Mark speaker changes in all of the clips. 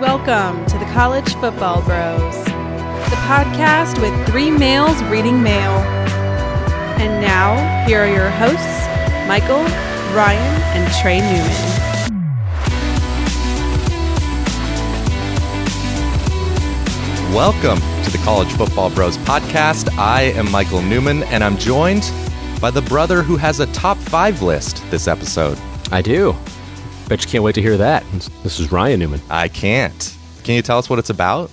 Speaker 1: Welcome to the College Football Bros, the podcast with three males reading mail. And now, here are your hosts, Michael, Ryan, and Trey Newman.
Speaker 2: Welcome to the College Football Bros podcast. I am Michael Newman, and I'm joined by the brother who has a top five list this episode.
Speaker 3: I do. Bet you can't wait to hear that. This is Ryan Newman.
Speaker 2: I can't. Can you tell us what it's about?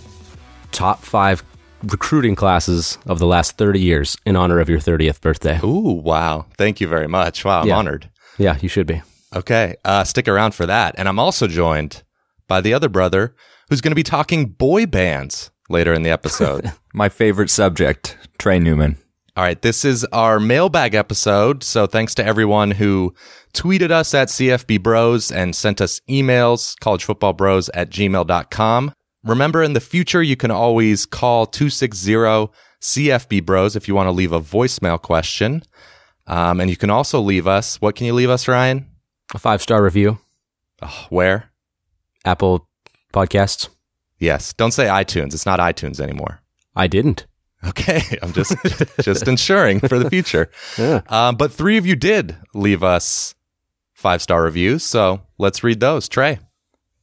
Speaker 3: Top five recruiting classes of the last 30 years in honor of your 30th birthday.
Speaker 2: Ooh, wow. Thank you very much. Wow, I'm
Speaker 3: Yeah.
Speaker 2: honored.
Speaker 3: Yeah, you should be.
Speaker 2: Okay, uh, stick around for that. And I'm also joined by the other brother who's going to be talking boy bands later in the episode.
Speaker 4: My favorite subject, Trey Newman.
Speaker 2: All right, this is our mailbag episode. So thanks to everyone who tweeted us at CFB Bros and sent us emails, collegefootballbros at gmail.com. Remember, in the future, you can always call 260 CFB Bros if you want to leave a voicemail question. Um, and you can also leave us, what can you leave us, Ryan?
Speaker 3: A five star review,
Speaker 2: Oh, where?
Speaker 3: Apple Podcasts.
Speaker 2: Yes. Don't say iTunes. It's not iTunes anymore.
Speaker 3: I didn't.
Speaker 2: Okay, I'm just just ensuring for the future.
Speaker 3: Yeah.
Speaker 2: Um, but three of you did leave us five star reviews, so let's read those. Trey,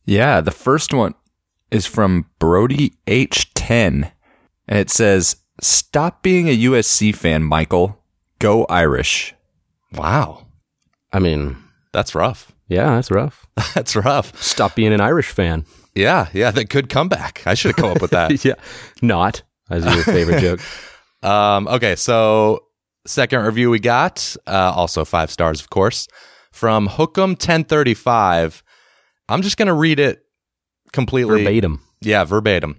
Speaker 4: Yeah, the first one is from Brody H10. And it says, Stop being a USC fan, Michael. Go Irish.
Speaker 2: wow,
Speaker 3: I mean,
Speaker 2: that's rough.
Speaker 3: yeah, that's rough.
Speaker 2: That's rough.
Speaker 3: Stop being an Irish fan.
Speaker 2: Yeah, yeah, that good comeback. I should have come up with that.
Speaker 3: yeah. Not, as your favorite joke.
Speaker 2: Um, okay, so second review we got, uh, also five stars, of course, from Hookem 1035. I'm just gonna read it completely
Speaker 3: Verbatim.
Speaker 2: Yeah, verbatim.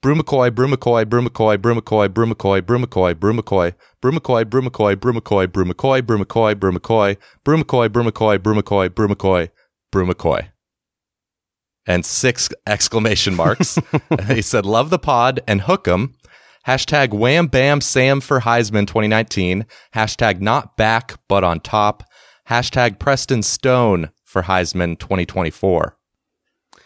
Speaker 2: Brew McCoy, Brew McCoy, Brew McCoy, Brew McCoy, Brew McCoy, Brew McCoy, Brew McCoy, Brew McCoy, Brew McCoy, Brew McCoy, Brew McCoy, Brew McCoy, Brew McCoy, Brew McCoy, Brew McCoy, Brew McCoy, Brew McCoy, Brew McCoy. And six exclamation marks. he said, Love the pod and hook 'em. Hashtag wham bam Sam for Heisman 2019. Hashtag not back, but on top. Hashtag Preston Stone for Heisman 2024.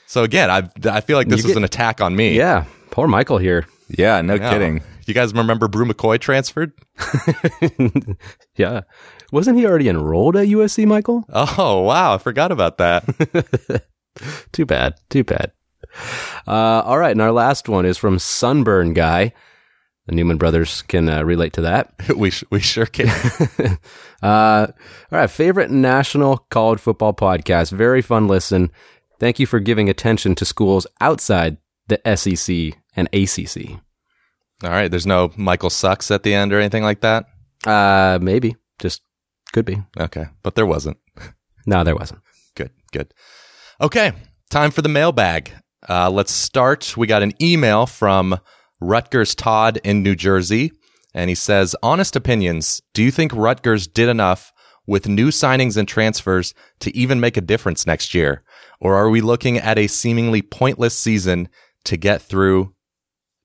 Speaker 2: So again, I I feel like this
Speaker 3: You
Speaker 2: was
Speaker 3: get-
Speaker 2: an attack on me.
Speaker 3: Yeah. Poor Michael here.
Speaker 4: Yeah, no
Speaker 2: Yeah.
Speaker 4: kidding.
Speaker 2: You guys remember Brew McCoy transferred?
Speaker 3: yeah. Wasn't he already enrolled at USC, Michael?
Speaker 2: Oh, wow. I forgot about that.
Speaker 3: Too bad. Too bad. Uh, all right. And our last one is from Sunburn Guy. The Newman brothers can uh, relate to that.
Speaker 2: we, sh- we sure can.
Speaker 3: uh, all right. Favorite national college football podcast. Very fun listen. Thank you for giving attention to schools outside the SEC and ACC.
Speaker 2: All right. There's no Michael sucks at the end or anything like that.
Speaker 3: Uh, maybe. Just could be.
Speaker 2: Okay. But there wasn't.
Speaker 3: No, there wasn't.
Speaker 2: Good. Good. Okay. Time for the mailbag. Uh, let's start. We got an email from Rutgers Todd in New Jersey, and he says, Honest opinions. Do you think Rutgers did enough with new signings and transfers to even make a difference next year? Or are we looking at a seemingly pointless season to get through?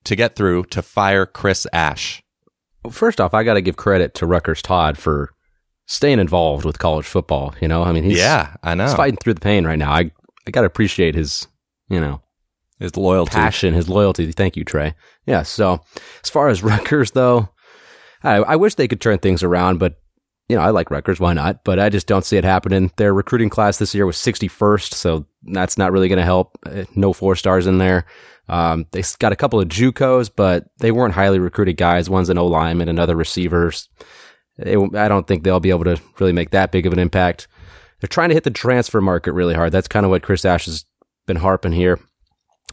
Speaker 2: To get through to fire Chris Ash.
Speaker 3: First off, I got to give credit to Rutgers Todd for staying involved with college football. You know, I mean, he's,
Speaker 2: yeah, I know.
Speaker 3: he's fighting through the pain right now. I I gotta appreciate his you know
Speaker 4: His loyalty.
Speaker 3: passion, his loyalty. Thank you, Trey. Yeah. So as far as Rutgers though, I, I wish they could turn things around, but you know I like Rutgers. Why not? But I just don't see it happening. Their recruiting class this year was 61st, so that's not really going to help. Uh, No four stars in there. Um, they s- got a couple of JUCOs, but they weren't highly recruited guys. One's an O lineman, another receivers. It, I don't think they'll be able to really make that big of an impact. They're trying to hit the transfer market really hard. That's kind of what Chris Ash has been harping here.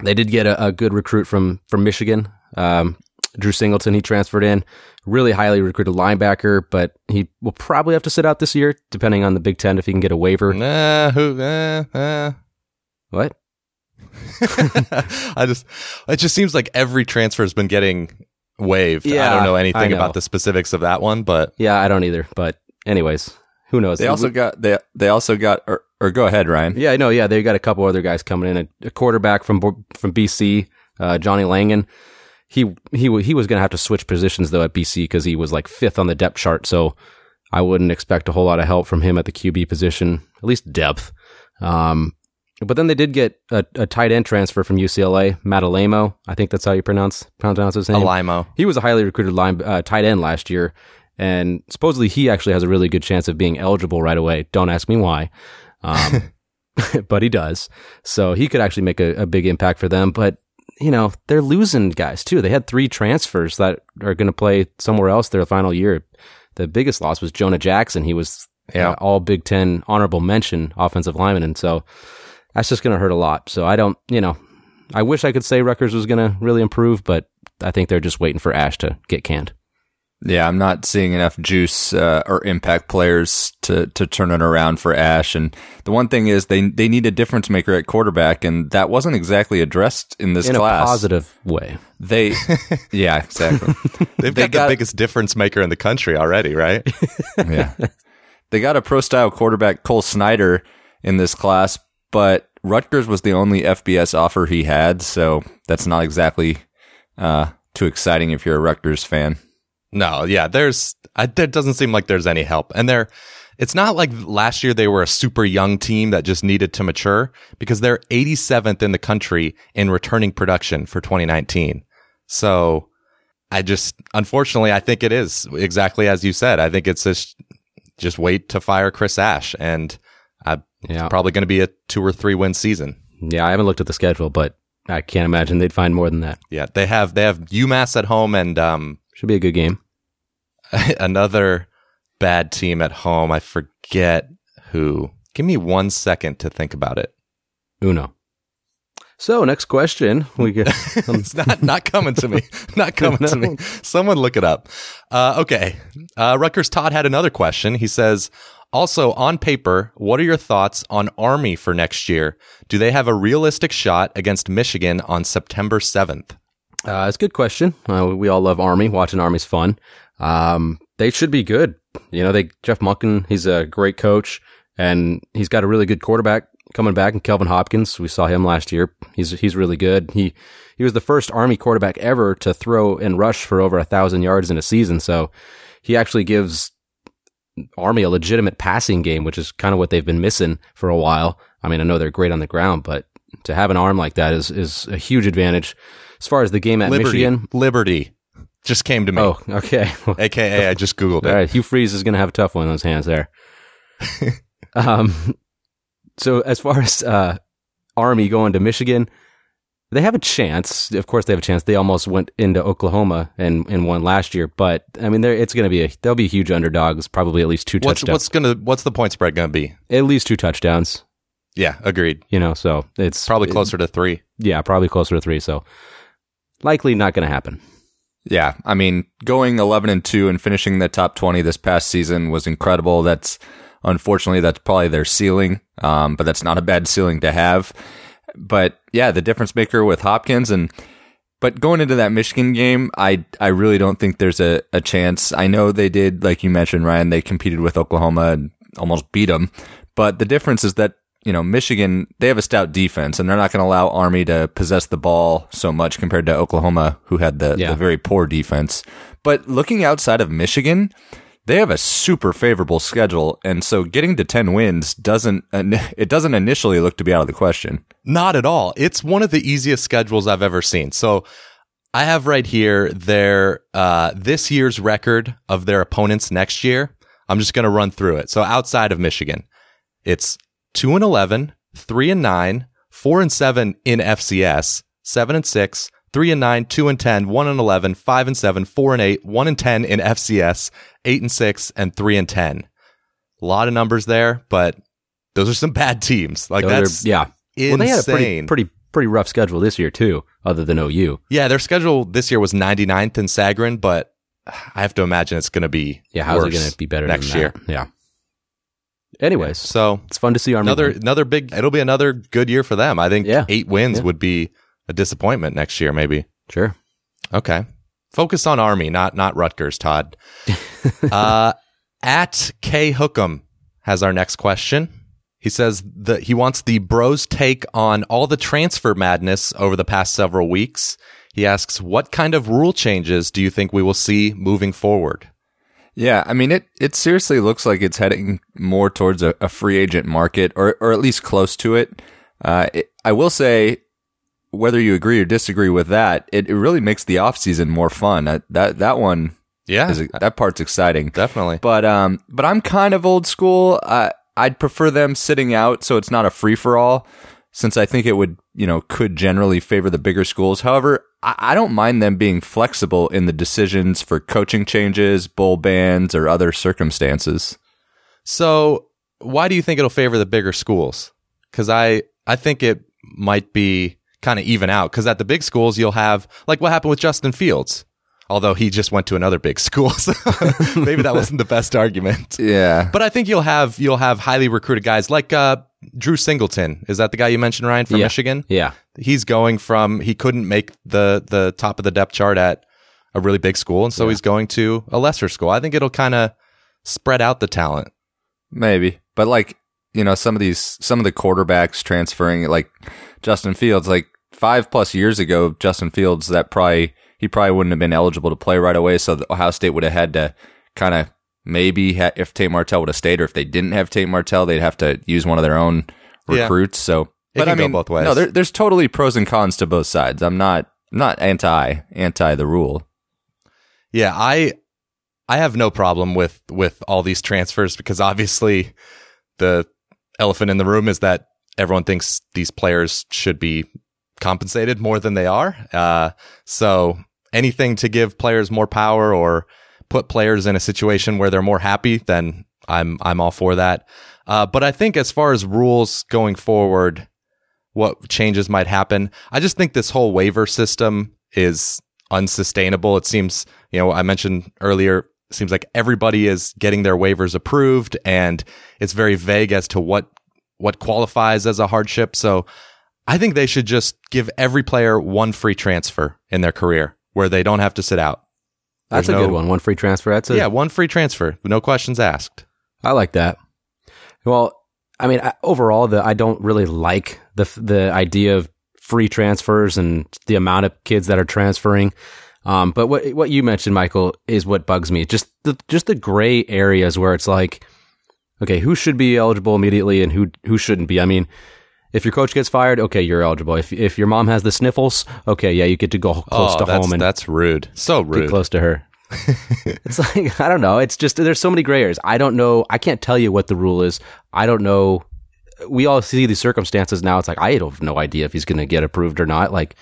Speaker 3: They did get a, a good recruit from from Michigan, um, Drew Singleton. He transferred in, really highly recruited linebacker, but he will probably have to sit out this year, depending on the Big Ten if he can get a waiver.
Speaker 2: Nah, who, eh, eh.
Speaker 4: Mm-hmm.
Speaker 3: What?
Speaker 2: I just it just seems like every transfer has been getting waived. I
Speaker 3: Yeah,
Speaker 2: don't know anything
Speaker 3: I know.
Speaker 2: about the specifics of that one, but
Speaker 3: Yeah, I don't either. But anyways, who knows?
Speaker 4: They also got they they also got or, or go ahead, Ryan.
Speaker 3: Yeah, I know. Yeah, they got a couple other guys coming in. A, a quarterback from Bo- from BC, uh, Johnny Langen. He he wa- he was going to have to switch positions though at BC because he was like fifth on the depth chart. So I wouldn't expect a whole lot of help from him at the QB position, at least depth. Um, But then they did get a, a tight end transfer from UCLA, Matalemo. I think that's how you pronounce pronounce his name.
Speaker 4: Alimo.
Speaker 3: He was a highly recruited line uh, tight end last year, and supposedly he actually has a really good chance of being eligible right away. Don't ask me why, um, but he does. So he could actually make a, a big impact for them. But you know they're losing guys too. They had three transfers that are going to play somewhere else their final year. The biggest loss was Jonah Jackson. He was
Speaker 4: Yeah.
Speaker 3: uh, all Big Ten honorable mention offensive lineman, and so that's just going to hurt a lot. So I don't, you know, I wish I could say Rutgers was going to really improve, but I think they're just waiting for Ash to get canned.
Speaker 4: Yeah, I'm not seeing enough juice uh, or impact players to to turn it around for Ash. And the one thing is they they need a difference maker at quarterback, and that wasn't exactly addressed in this
Speaker 3: in
Speaker 4: class.
Speaker 3: a positive way.
Speaker 4: They, yeah, exactly.
Speaker 2: They've
Speaker 4: They
Speaker 2: got,
Speaker 4: got-
Speaker 2: the biggest difference maker in the country already, right?
Speaker 4: yeah, they got a pro style quarterback Cole Snyder in this class, but Rutgers was the only FBS offer he had, so that's not exactly uh, too exciting if you're a Rutgers fan.
Speaker 2: no, yeah. There's I, there doesn't seem like there's any help, and they're. It's not like last year they were a super young team that just needed to mature because they're 87th in the country in returning production for 2019. So I just, unfortunately, I think it is exactly as you said. I think it's just, just wait to fire Chris Ash and I,
Speaker 3: Yeah.
Speaker 2: it's probably going to be a two or three win season.
Speaker 3: Yeah, I haven't looked at the schedule, but I can't imagine they'd find more than that.
Speaker 2: Yeah, they have they have UMass at home and um,
Speaker 3: Should be a good game.
Speaker 2: another bad team at home. I forget who. Give me one second to think about it.
Speaker 3: Uno. So next question, we get um,
Speaker 2: It's not not coming to me. Not coming to me. Someone look it up. Uh, okay. Uh, Rutgers Todd had another question. He says, also on paper, what are your thoughts on Army for next year? Do they have a realistic shot against Michigan on September seventh?
Speaker 3: Uh, it's a good question. Uh, we all love Army. Watching Army's fun. Um, they should be good. You know, they Jeff Munkin. He's a great coach, and he's got a really good quarterback coming back. And Kelvin Hopkins. We saw him last year. He's he's really good. He he was the first Army quarterback ever to throw and rush for over a thousand yards in a season. So he actually gives Army a legitimate passing game, which is kind of what they've been missing for a while. I mean, I know they're great on the ground, but to have an arm like that is is a huge advantage. As far as the game at
Speaker 2: Liberty.
Speaker 3: Michigan,
Speaker 2: Liberty just came to me.
Speaker 3: oh, okay, all
Speaker 2: AKA I just googled it.
Speaker 3: right. Hugh Freeze is going to have a tough one on his hands there. um, so as far as uh, Army going to Michigan, they have a chance. Of course, they have a chance. They almost went into Oklahoma and, and won last year, but I mean, they're, it's going to be a they'll be huge underdogs. Probably at least two
Speaker 2: What's
Speaker 3: touchdowns.
Speaker 2: what's gonna what's the point spread gonna be?
Speaker 3: at least two touchdowns.
Speaker 2: Yeah, agreed.
Speaker 3: You know, so it's
Speaker 2: Probably closer to three.
Speaker 3: yeah, probably closer to three. So likely not going to happen.
Speaker 4: Yeah, I mean, going 11 and 2 and finishing the top 20 this past season was incredible. That's unfortunately that's probably their ceiling, um, but that's not a bad ceiling to have. But yeah, the difference maker with Hopkins and but going into that Michigan game, I I really don't think there's a, a chance. I know they did, like you mentioned, Ryan. They competed with Oklahoma and almost beat them. But the difference is that you know Michigan they have a stout defense, and they're not going to allow Army to possess the ball so much compared to Oklahoma, who had the,
Speaker 3: Yeah.
Speaker 4: the very poor defense. But looking outside of Michigan, they have a super favorable schedule, and so getting to ten wins doesn't it doesn't initially look to be out of the question.
Speaker 2: Not at all. It's one of the easiest schedules I've ever seen. So I have right here their uh, this year's record of their opponents next year. I'm just going to run through it. So outside of Michigan, it's 2 and 11, 3 and 9, 4 and 7 in FCS, 7 and 6, 3 and 9, 2 and 10, 1 and 11, 5 and 7, 4 and 8, 1 and 10 in FCS, 8 and 6 and 3 and 10. A lot of numbers there, but those are some bad teams. Like
Speaker 3: So they're-
Speaker 2: that's
Speaker 3: yeah.
Speaker 2: insane.
Speaker 3: Well, they had a pretty pretty pretty rough schedule this year too, other than OU.
Speaker 2: yeah, their schedule this year was 99th in Sagarin, but I have to imagine it's going to be
Speaker 3: Yeah, how's
Speaker 2: worse
Speaker 3: it going to be better
Speaker 2: next
Speaker 3: than
Speaker 2: year?
Speaker 3: that? Yeah. Anyways,
Speaker 2: So
Speaker 3: it's fun to see Army.
Speaker 2: another
Speaker 3: win.
Speaker 2: another big. It'll be another good year for them. I think
Speaker 3: Yeah.
Speaker 2: eight wins
Speaker 3: Yeah.
Speaker 2: would be a disappointment next year, maybe.
Speaker 3: sure.
Speaker 2: Okay, focus on Army, not not Rutgers. Todd uh, at K Hookem has our next question. He says that he wants the bros take on all the transfer madness over the past several weeks. He asks, "What kind of rule changes do you think we will see moving forward?"
Speaker 4: Yeah, I mean it. It seriously looks like it's heading more towards a, a free agent market, or or at least close to it. Uh, it, I will say, whether you agree or disagree with that, it, it really makes the offseason more fun. That that, that one
Speaker 2: Yeah,
Speaker 4: is that part's exciting.
Speaker 2: definitely.
Speaker 4: But um, but I'm kind of old school. I I'd prefer them sitting out, so it's not a free for all. Since I think it would, you know, could generally favor the bigger schools. However, I, I don't mind them being flexible in the decisions for coaching changes, bowl bans, or other circumstances.
Speaker 2: So, why do you think it'll favor the bigger schools? Because I I think it might be kind of even out. Because at the big schools, you'll have like what happened with Justin Fields, although he just went to another big school. So maybe that wasn't the best argument.
Speaker 4: Yeah,
Speaker 2: But I think you'll have you'll have highly recruited guys like uh, Drew Singleton. Is that the guy you mentioned, Ryan, from
Speaker 3: Yeah.
Speaker 2: Michigan?
Speaker 3: Yeah.
Speaker 2: He's going from he couldn't make the the top of the depth chart at a really big school, and so he's going to a lesser school. I think it'll kind of spread out the talent.
Speaker 4: Maybe, but like you know, some of these, some of the quarterbacks transferring, like Justin Fields, like five plus years ago, Justin Fields, that probably he probably wouldn't have been eligible to play right away. So the Ohio State would have had to kind of maybe ha- if Tate Martell would have stayed, or if they didn't have Tate Martell, they'd have to use one of their own
Speaker 2: Yeah.
Speaker 4: recruits. So,
Speaker 2: It can go both ways.
Speaker 4: No, there, there's totally pros and cons to both sides. I'm not, I'm not anti anti the rule.
Speaker 2: Yeah, I I have no problem with with all these transfers because obviously the elephant in the room is that everyone thinks these players should be compensated more than they are. Uh, so anything to give players more power or put players in a situation where they're more happy, then I'm I'm all for that. Uh, but I think as far as rules going forward, what changes might happen, I just think this whole waiver system is unsustainable. It seems, you know, I mentioned earlier, it seems like everybody is getting their waivers approved, and it's very vague as to what what qualifies as a hardship. So I think they should just give every player one free transfer in their career where they don't have to sit out.
Speaker 3: That's
Speaker 2: There's
Speaker 3: a good
Speaker 2: no-
Speaker 3: one. One free transfer. That's a,
Speaker 2: yeah, one free transfer, no questions asked.
Speaker 3: I like that. Well, I mean, I, overall, the I don't really like the f- the idea of free transfers and the amount of kids that are transferring. Um, but what what you mentioned, Michael, is what bugs me. Just the just the gray areas where it's like, okay, who should be eligible immediately and who who shouldn't be. I mean, if your coach gets fired, okay, you're eligible. If if your mom has the sniffles, okay, yeah, you get to go close
Speaker 2: oh,
Speaker 3: to
Speaker 2: that's,
Speaker 3: home and
Speaker 2: that's rude. So
Speaker 3: get
Speaker 2: rude.
Speaker 3: close to her. it's like I don't know. It's just there's so many gray areas. I don't know. I can't tell you what the rule is. I don't know. We all see these circumstances now. It's like I have no idea if he's going to get approved or not. Like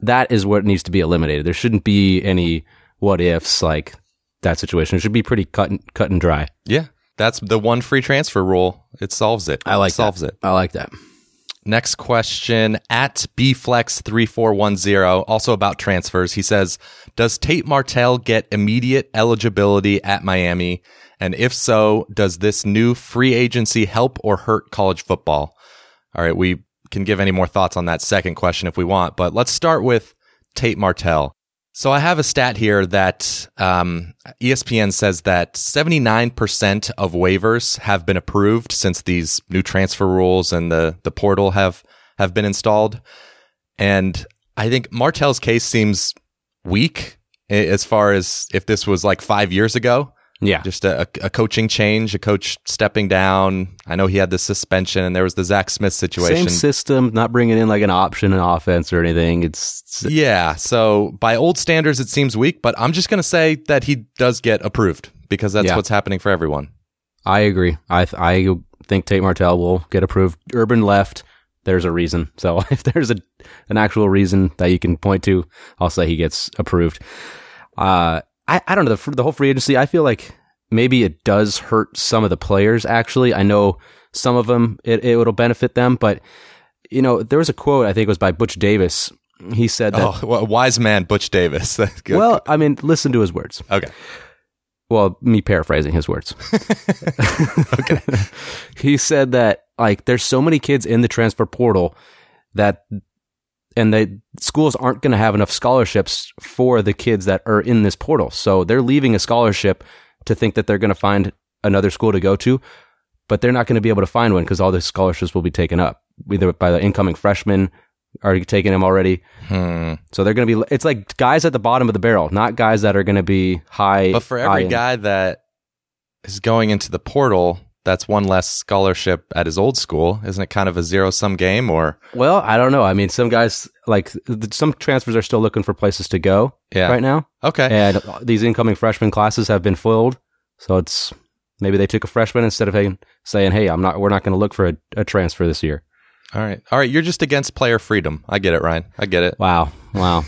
Speaker 3: that is what needs to be eliminated. There shouldn't be any what ifs like that situation. It should be pretty cut and, cut and dry.
Speaker 2: Yeah, that's the one free transfer rule. It solves it.
Speaker 3: I like
Speaker 2: it solves it.
Speaker 3: I like that.
Speaker 2: Next question at bflex3410, also about transfers. He says, Does Tate Martell get immediate eligibility at Miami? And if so, does this new free agency help or hurt college football? All right, we can give any more thoughts on that second question if we want, but let's start with Tate Martell. So I have a stat here that um, ESPN says that 79% of waivers have been approved since these new transfer rules and the the portal have have been installed. And I think Martell's case seems weak a- as far as if this was like 5 years ago,
Speaker 3: Yeah,
Speaker 2: just a, a coaching change, a coach stepping down. I know he had the suspension and there was the Zach Smith situation.
Speaker 3: same system. Not bringing in like an option, an offense, or anything. It's, it's
Speaker 2: Yeah. So by old standards, it seems weak, but I'm just going to say that he does get approved because that's
Speaker 3: Yeah.
Speaker 2: what's happening for everyone.
Speaker 3: I agree. I th- I think Tate Martell will get approved. Urban left. There's a reason. So if there's a an actual reason that you can point to, I'll say he gets approved. Uh, I I don't know the fr- the whole free agency. I feel like maybe it does hurt some of the players. Actually, I know some of them it it will benefit them, but you know there was a quote I think it was by Butch Davis. He said that.
Speaker 2: Oh, well, wise man, Butch Davis. Good.
Speaker 3: Well, I mean, listen to his words
Speaker 2: okay.
Speaker 3: well, me paraphrasing his words. okay. he said that like there's so many kids in the transfer portal that and the schools aren't going to have enough scholarships for the kids that are in this portal. So they're leaving a scholarship to think that they're going to find another school to go to, but they're not going to be able to find one because all the scholarships will be taken up either by the incoming freshmen already taking them already.
Speaker 2: Hmm.
Speaker 3: So they're going to be it's like guys at the bottom of the barrel, not guys that are going to be high
Speaker 2: But for
Speaker 3: high
Speaker 2: every
Speaker 3: end.
Speaker 2: guy that is going into the portal, that's one less scholarship at his old school. Isn't it kind of a zero sum game? Or
Speaker 3: Well, I don't know. I mean, some guys like th- some transfers are still looking for places to go
Speaker 2: yeah,
Speaker 3: right now,
Speaker 2: okay,
Speaker 3: and these incoming freshman classes have been filled. So it's maybe they took a freshman instead of hey, saying, "Hey, I'm not. We're not going to look for a, a transfer this year."
Speaker 2: all right, all right. You're just against player freedom. I get it, Ryan. I get it.
Speaker 3: Wow, wow.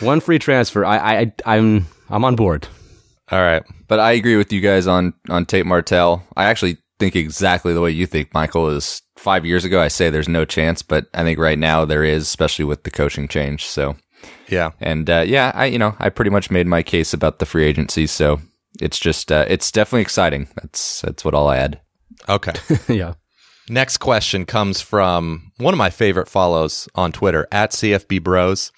Speaker 3: One free transfer. I, I, I'm, I'm on board.
Speaker 2: All right.
Speaker 4: But I agree with you guys on on Tate Martell. I actually think exactly the way you think, Michael. Is five years ago I say there's no chance, but I think right now there is, especially with the coaching change. So
Speaker 2: Yeah.
Speaker 4: and uh, yeah, I you know I pretty much made my case about the free agency. So it's just uh, it's definitely exciting. That's that's what I'll add.
Speaker 2: Okay.
Speaker 3: yeah.
Speaker 2: Next question comes from one of my favorite follows on Twitter at CFB Bros.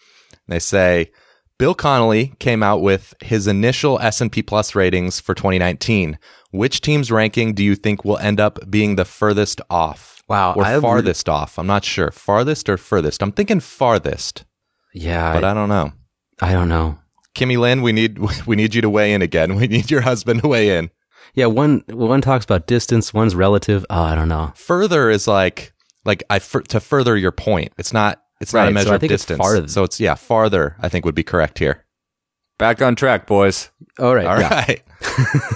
Speaker 2: They say Bill Connolly came out with his initial S&P Plus ratings for 2019. Which team's ranking do you think will end up being the furthest off?
Speaker 3: Wow,
Speaker 2: or
Speaker 3: I-
Speaker 2: farthest off? I'm not sure. Farthest or furthest? I'm thinking farthest,
Speaker 3: Yeah.
Speaker 2: but uh, I, don't know.
Speaker 3: I don't know.
Speaker 2: Kimmy Lynn, we need we need you to weigh in again. We need your husband to weigh in.
Speaker 3: Yeah, one one talks about distance, one's relative. Oh, I don't know.
Speaker 2: further is like like I fur- to further your point. It's not it's
Speaker 3: Right,
Speaker 2: not
Speaker 3: so
Speaker 2: a measure
Speaker 3: I
Speaker 2: of
Speaker 3: think it's
Speaker 2: distance.
Speaker 3: farther.
Speaker 2: so it's yeah, farther I think would be correct here.
Speaker 4: Back on track, boys.
Speaker 3: All right.
Speaker 2: All
Speaker 3: yeah.
Speaker 2: right.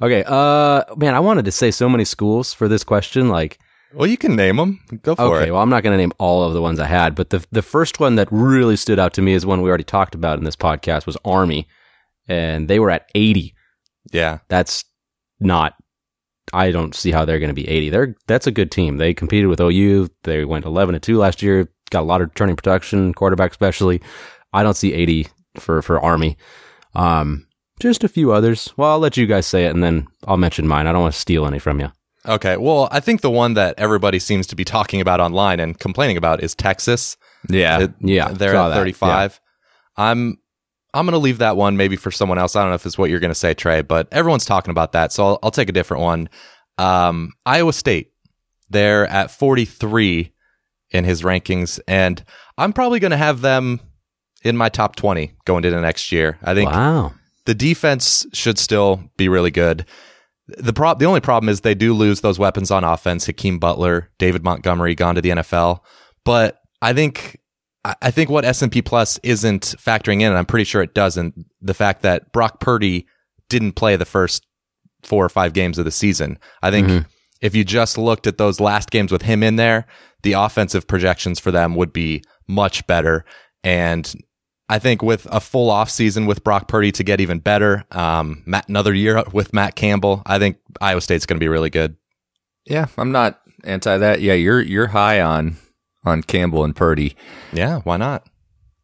Speaker 3: Okay. Uh, man, I wanted to say so many schools for this question. Like,
Speaker 2: Well, you can name them. Go for
Speaker 3: okay,
Speaker 2: it.
Speaker 3: well, I'm not going to name all of the ones I had, but the the first one that really stood out to me is one we already talked about in this podcast was Army, and they were at 80.
Speaker 2: Yeah.
Speaker 3: That's not. I don't see how they're going to be 80. They're that's a good team. They competed with OU. They went 11 to two last year. Got a lot of turning production, quarterback especially. I don't see 80 for for Army. Um, just a few others. Well, I'll let you guys say it, and then I'll mention mine. I don't want to steal any from you.
Speaker 2: Okay. Well, I think the one that everybody seems to be talking about online and complaining about is Texas.
Speaker 4: Yeah,
Speaker 2: It-
Speaker 3: Yeah,
Speaker 2: They're
Speaker 3: saw
Speaker 2: at
Speaker 3: that.
Speaker 2: 35. I'm I'm going to leave that one maybe for someone else. I don't know if it's what you're going to say, Trey, but everyone's talking about that, so I'll, I'll take a different one. Um, Iowa State, they're at 43 in his rankings, and I'm probably going to have them in my top 20 going into next year. I
Speaker 3: Yeah.
Speaker 2: think
Speaker 3: Wow.
Speaker 2: the defense should still be really good. The prob- the only problem is they do lose those weapons on offense. Hakeem Butler, David Montgomery gone to the NFL, but I think I I think what S and P Plus isn't factoring in, and I'm pretty sure it doesn't, the fact that Brock Purdy didn't play the first four or five games of the season. I think
Speaker 3: Mhm.
Speaker 2: if you just looked at those last games with him in there, the offensive projections for them would be much better. And I think with a full offseason with Brock Purdy to get even better, um, Matt, another year with Matt Campbell, I think Iowa State's going to be really good.
Speaker 4: yeah. I'm not anti that. Yeah, you're you're high on on Campbell and Purdy.
Speaker 2: Yeah, why not?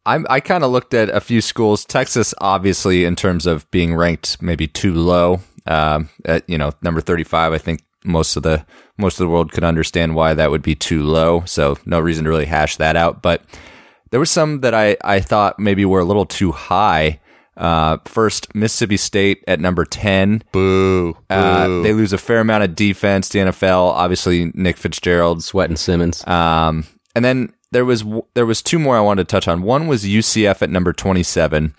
Speaker 4: I'm, I kind of looked at a few schools. Texas, obviously, in terms of being ranked, maybe too low. Um, at you know number thirty-five, I think most of the most of the world could understand why that would be too low. So no reason to really hash that out. But there were some that I I thought maybe were a little too high. Uh, first, Mississippi State at number ten.
Speaker 2: Boo.
Speaker 4: Uh,
Speaker 2: Boo.
Speaker 4: they lose a fair amount of defense. The NFL, obviously, Nick Fitzgerald's
Speaker 3: Sweat and Simmons.
Speaker 2: Uh,
Speaker 4: um, and then there was there was two more I wanted to touch on. One was UCF at number twenty seven.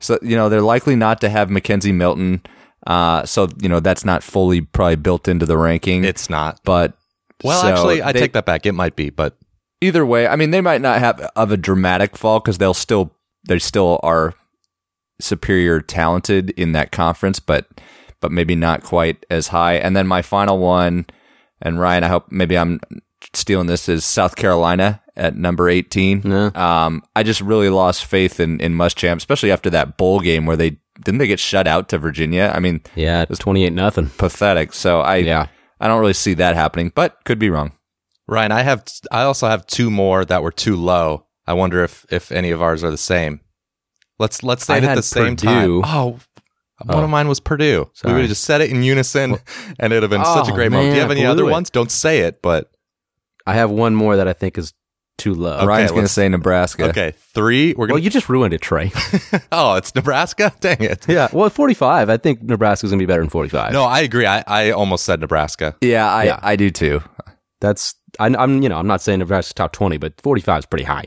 Speaker 4: So you know they're likely not to have Mackenzie Milton. Uh, so you know that's not fully probably built into the ranking.
Speaker 2: it's not.
Speaker 4: but
Speaker 2: Well,
Speaker 4: so
Speaker 2: actually, I
Speaker 4: they-
Speaker 2: take that back. It might be, but
Speaker 4: either way. I mean, they might not have of a dramatic fall because they'll still they still are superior talented in that conference, but but maybe not quite as high. And then my final one, and Ryan, I hope maybe I'm stealing this is South Carolina at number eighteen.
Speaker 2: Mm-hmm.
Speaker 3: Yeah.
Speaker 4: Um, I just really lost faith in in Muschamp, especially after that bowl game where they didn't they get shut out to Virginia. I mean,
Speaker 3: yeah, it was 28 nothing.
Speaker 4: pathetic. So I
Speaker 3: Yeah.
Speaker 4: I don't really see that happening, but could be wrong.
Speaker 2: Ryan, I have I also have two more that were too low. I wonder if if any of ours are the same. Let's let's say
Speaker 3: I
Speaker 2: it at
Speaker 3: had
Speaker 2: the same
Speaker 3: Purdue.
Speaker 2: time. Oh, one
Speaker 3: Oh.
Speaker 2: of mine was Purdue.
Speaker 3: Sorry.
Speaker 2: We would have just said it in unison, and it'd have been such a
Speaker 3: Oh,
Speaker 2: great moment. Do you
Speaker 3: man,
Speaker 2: have any
Speaker 3: blew
Speaker 2: other
Speaker 3: it.
Speaker 2: ones? Don't say it, but
Speaker 3: I have one more that I think is too low.
Speaker 2: Okay,
Speaker 4: Ryan's going to
Speaker 2: let's-
Speaker 4: say Nebraska.
Speaker 2: okay, three. We're
Speaker 3: Well,
Speaker 2: gonna.
Speaker 3: you just ruined it, Trey.
Speaker 2: oh, it's Nebraska. Dang it.
Speaker 3: yeah. Well, 45, I think Nebraska's going to be better than 45.
Speaker 2: No, I agree. I, I almost said Nebraska.
Speaker 4: Yeah, I,
Speaker 3: Yeah.
Speaker 4: I do too.
Speaker 3: That's I, I'm you know I'm not saying Nebraska's top twenty, but forty five is pretty high.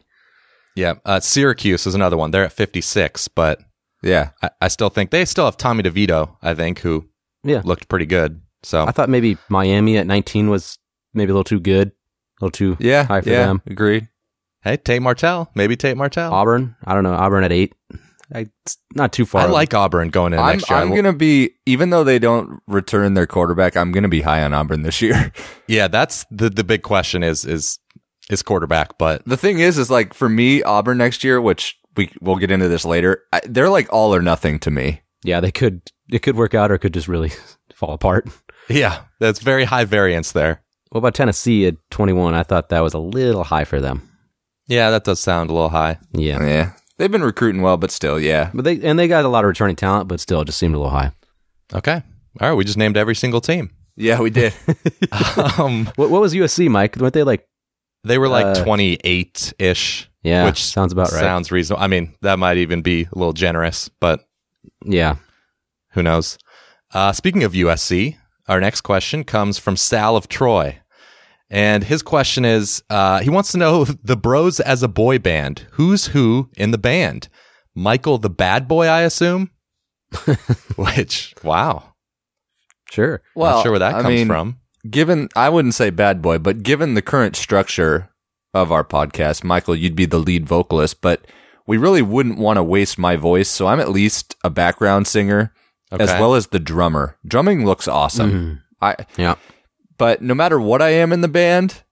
Speaker 2: Yeah, uh, Syracuse is another one. They're at fifty six, but
Speaker 4: Yeah.
Speaker 2: I, I still think they still have Tommy DeVito. I think who
Speaker 3: Yeah.
Speaker 2: looked pretty good. So
Speaker 3: I thought maybe Miami at 19 was maybe a little too good, a little too
Speaker 4: yeah,
Speaker 3: high for
Speaker 4: yeah,
Speaker 3: them.
Speaker 4: agreed.
Speaker 2: hey, Tate Martell, maybe Tate Martell.
Speaker 3: Auburn, I don't know. Auburn at eight, I, it's not too far.
Speaker 2: I like Auburn going in
Speaker 4: I'm,
Speaker 2: next year. I
Speaker 4: I'm
Speaker 2: will-
Speaker 4: gonna be even though they don't return their quarterback, I'm gonna be high on Auburn this year.
Speaker 2: yeah, that's the the big question is is is quarterback, but
Speaker 4: the thing is, is like for me, Auburn next year, which we we'll get into this later. I, they're like all or nothing to me.
Speaker 3: yeah, they could it could work out or it could just really fall apart.
Speaker 2: yeah, that's very high variance there.
Speaker 3: What about Tennessee at 21? I thought that was a little high for them.
Speaker 2: Yeah, that does sound a little high.
Speaker 3: Yeah.
Speaker 4: Yeah, they've been recruiting well, but still, yeah.
Speaker 3: But they and they got a lot of returning talent, but still, it just seemed a little high.
Speaker 2: Okay. All right, we just named every single team.
Speaker 4: Yeah, we did.
Speaker 2: um,
Speaker 3: What, what was USC, Mike? Weren't they like?
Speaker 2: they were like
Speaker 3: Uh,
Speaker 2: 28-ish,
Speaker 3: Yeah,
Speaker 2: which
Speaker 3: sounds about right.
Speaker 2: sounds reasonable. I mean, that might even be a little generous, but
Speaker 3: yeah,
Speaker 2: Who knows? Uh, speaking of USC, our next question comes from Sal of Troy. And his question is uh, he wants to know the bros as a boy band. Who's who in the band? Michael the bad boy, I assume? Which, wow.
Speaker 3: sure.
Speaker 2: Not sure where that
Speaker 4: I
Speaker 2: comes
Speaker 4: mean,
Speaker 2: from.
Speaker 4: Given, I wouldn't say bad boy, but given the current structure of our podcast, Michael, you'd be the lead vocalist, but we really wouldn't want to waste my voice, so I'm at least a background singer as
Speaker 2: Okay.
Speaker 4: well as the drummer. Drumming looks awesome. I
Speaker 3: Mm-hmm. Yeah.
Speaker 4: But no matter what I am in the band,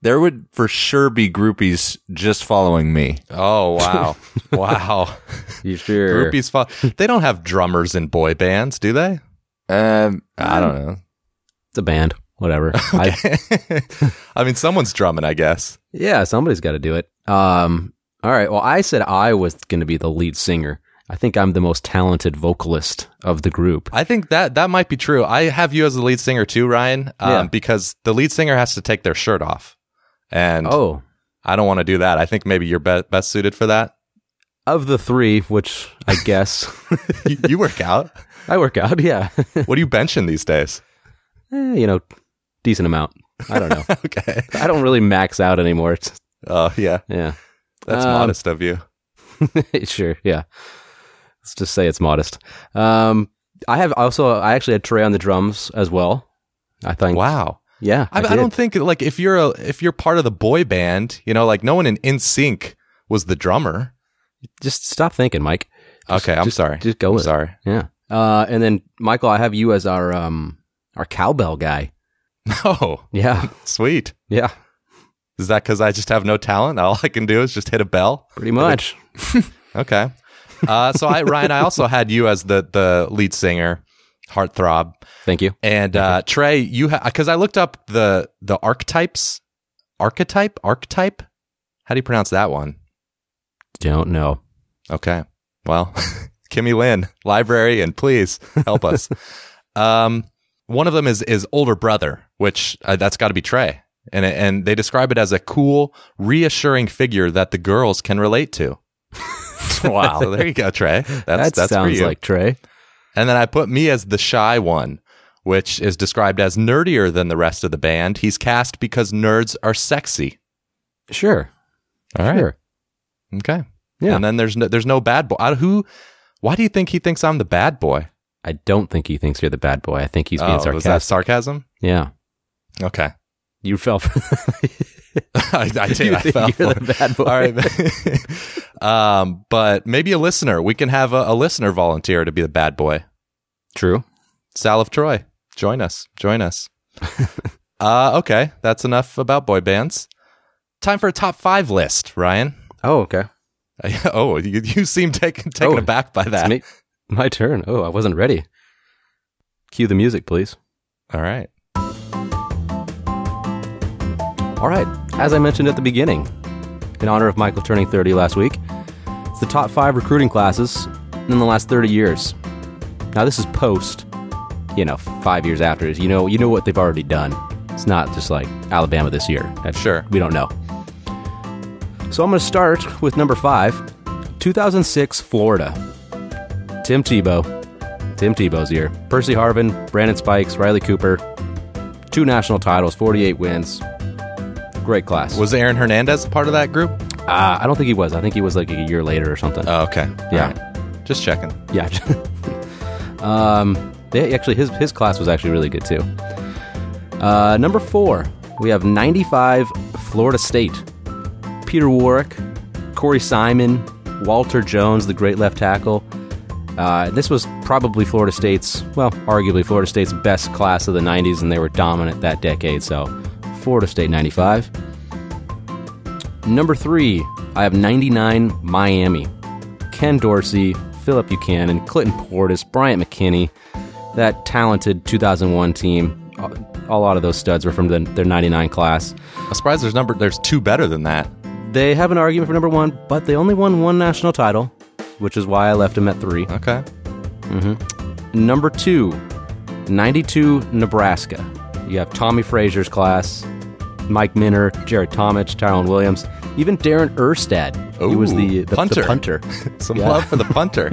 Speaker 4: there would for sure be groupies just following me.
Speaker 2: Oh, wow. wow.
Speaker 3: You sure?
Speaker 2: Groupies. Fo- they don't have drummers in boy bands, do they?
Speaker 4: Um, I don't know.
Speaker 3: It's a band, whatever. I,
Speaker 2: I mean, someone's drumming, I guess.
Speaker 3: yeah, somebody's got to do it. Um, all right. Well, I said I was going to be the lead singer. I think I'm the most talented vocalist of the group.
Speaker 2: I think that that might be true. I have you as the lead singer too, Ryan, um,
Speaker 3: Yeah.
Speaker 2: because the lead singer has to take their shirt off, and
Speaker 3: Oh,
Speaker 2: I don't want to do that. I think maybe you're be- best suited for that.
Speaker 3: of the three, which I guess
Speaker 2: you, you work out.
Speaker 3: I work out. Yeah,
Speaker 2: What are you benching these days?
Speaker 3: Eh, you know, decent amount. I don't know.
Speaker 2: Okay.
Speaker 3: I don't really max out anymore. It's,
Speaker 2: Oh yeah,
Speaker 3: yeah.
Speaker 2: that's
Speaker 3: Um,
Speaker 2: modest of you.
Speaker 3: sure, yeah. Let's just say it's modest. Um, I have also, I actually had Trey on the drums as well. I think.
Speaker 2: Wow.
Speaker 3: Yeah,
Speaker 2: I, I,
Speaker 3: did.
Speaker 2: don't think like if you're a, if you're part of the boy band, you know, like no one in In Sync was the drummer.
Speaker 3: Just stop thinking, Mike. Just-
Speaker 2: okay, I'm
Speaker 3: just-
Speaker 2: sorry.
Speaker 3: Just go
Speaker 2: I'm
Speaker 3: with it.
Speaker 2: sorry.
Speaker 3: Yeah. Uh, and then Michael, I have you as our um our cowbell guy.
Speaker 2: Oh,
Speaker 3: Yeah,
Speaker 2: sweet.
Speaker 3: yeah,
Speaker 2: Is that because I just have no talent? All I can do is just hit a bell.
Speaker 3: pretty much.
Speaker 2: Okay. Uh, so I, Ryan, I also had you as the the lead singer, heartthrob,
Speaker 3: Thank you.
Speaker 2: and uh, Trey. You because I looked up the the archetypes, archetype, archetype. How do you pronounce that one?
Speaker 3: Don't know.
Speaker 2: Okay. Well, Kimmy Lynn, library, and please help us. um, one of them is is older brother, which uh, that's got to be Trey, and and they describe it as a cool, reassuring figure that the girls can relate to.
Speaker 4: Wow.
Speaker 2: So there you go, Trey. That's
Speaker 3: That
Speaker 2: that's for
Speaker 3: sounds
Speaker 2: you.
Speaker 3: like Trey.
Speaker 2: And then I put me as the shy one, which is described as nerdier than the rest of the band. He's cast because nerds are sexy.
Speaker 3: Sure.
Speaker 2: All right.
Speaker 3: Sure.
Speaker 2: Okay.
Speaker 3: Yeah.
Speaker 2: And then there's no, there's no bad boy. I, who? Why do you think he thinks I'm the bad boy?
Speaker 3: I don't think he thinks you're the bad boy. I think he's being
Speaker 2: oh, was that
Speaker 3: sarcastic.
Speaker 2: sarcasm?
Speaker 3: yeah.
Speaker 2: Okay.
Speaker 3: You fell for
Speaker 2: I, I did.
Speaker 3: You
Speaker 2: I
Speaker 3: think
Speaker 2: fell
Speaker 3: you're
Speaker 2: for
Speaker 3: the
Speaker 2: it.
Speaker 3: bad boy.
Speaker 2: All right. um, but maybe a listener. We can have a, a listener volunteer to be the bad boy.
Speaker 3: True.
Speaker 2: Sal of Troy, join us. Join us. uh, okay, that's enough about boy bands. Time for a top five list, Ryan.
Speaker 3: Oh, okay.
Speaker 2: oh, you, you seem taken taken
Speaker 3: Oh,
Speaker 2: aback by that.
Speaker 3: It's me. My turn. Oh, I wasn't ready. Cue the music, please.
Speaker 2: All right.
Speaker 3: All right. As I mentioned at the beginning, in honor of Michael turning 30 last week, it's the top five recruiting classes in the last 30 years. Now, this is post, you know, five years after. You know, you know what they've already done. It's not just like Alabama this year. That's
Speaker 2: Sure.
Speaker 3: We don't know. So I'm going to start with number five 2006 Florida. Tim Tebow. Tim Tebow's here. Percy Harvin, Brandon Spikes, Riley Cooper. Two national titles, 48 wins. Great class.
Speaker 2: Was Aaron Hernandez a part of that group?
Speaker 3: Uh, I don't think he was. I think he was like a year later or something.
Speaker 2: Oh, okay. All
Speaker 3: Yeah.
Speaker 2: right. Just checking.
Speaker 3: yeah. um, They actually his his class was actually really good too. Uh, number four, we have 95 Florida State. Peter Warwick, Corey Simon, Walter Jones, the great left tackle. Uh, this was probably Florida State's, well, arguably Florida State's best class of the 90s, and they were dominant that decade. So, Florida State 95. Number three, I have 99 Miami. Ken Dorsey, Philip Buchanan, Clinton Portis, Bryant McKinney, that talented 2001 team. A a lot of those studs were from the, their 99 class.
Speaker 2: I'm surprised there's number there's two better than that.
Speaker 3: They have an argument for number one, but they only won one national title, which is why I left them at three.
Speaker 2: Okay.
Speaker 3: Number two, 92 Nebraska. You have Tommy Frazier's class, Mike Minner, Jared Tomich, Tyrone Williams, even Darren Erstad. he was
Speaker 2: Ooh,
Speaker 3: the, the
Speaker 2: punter.
Speaker 3: The punter.
Speaker 2: Some
Speaker 3: Yeah.
Speaker 2: love for the punter.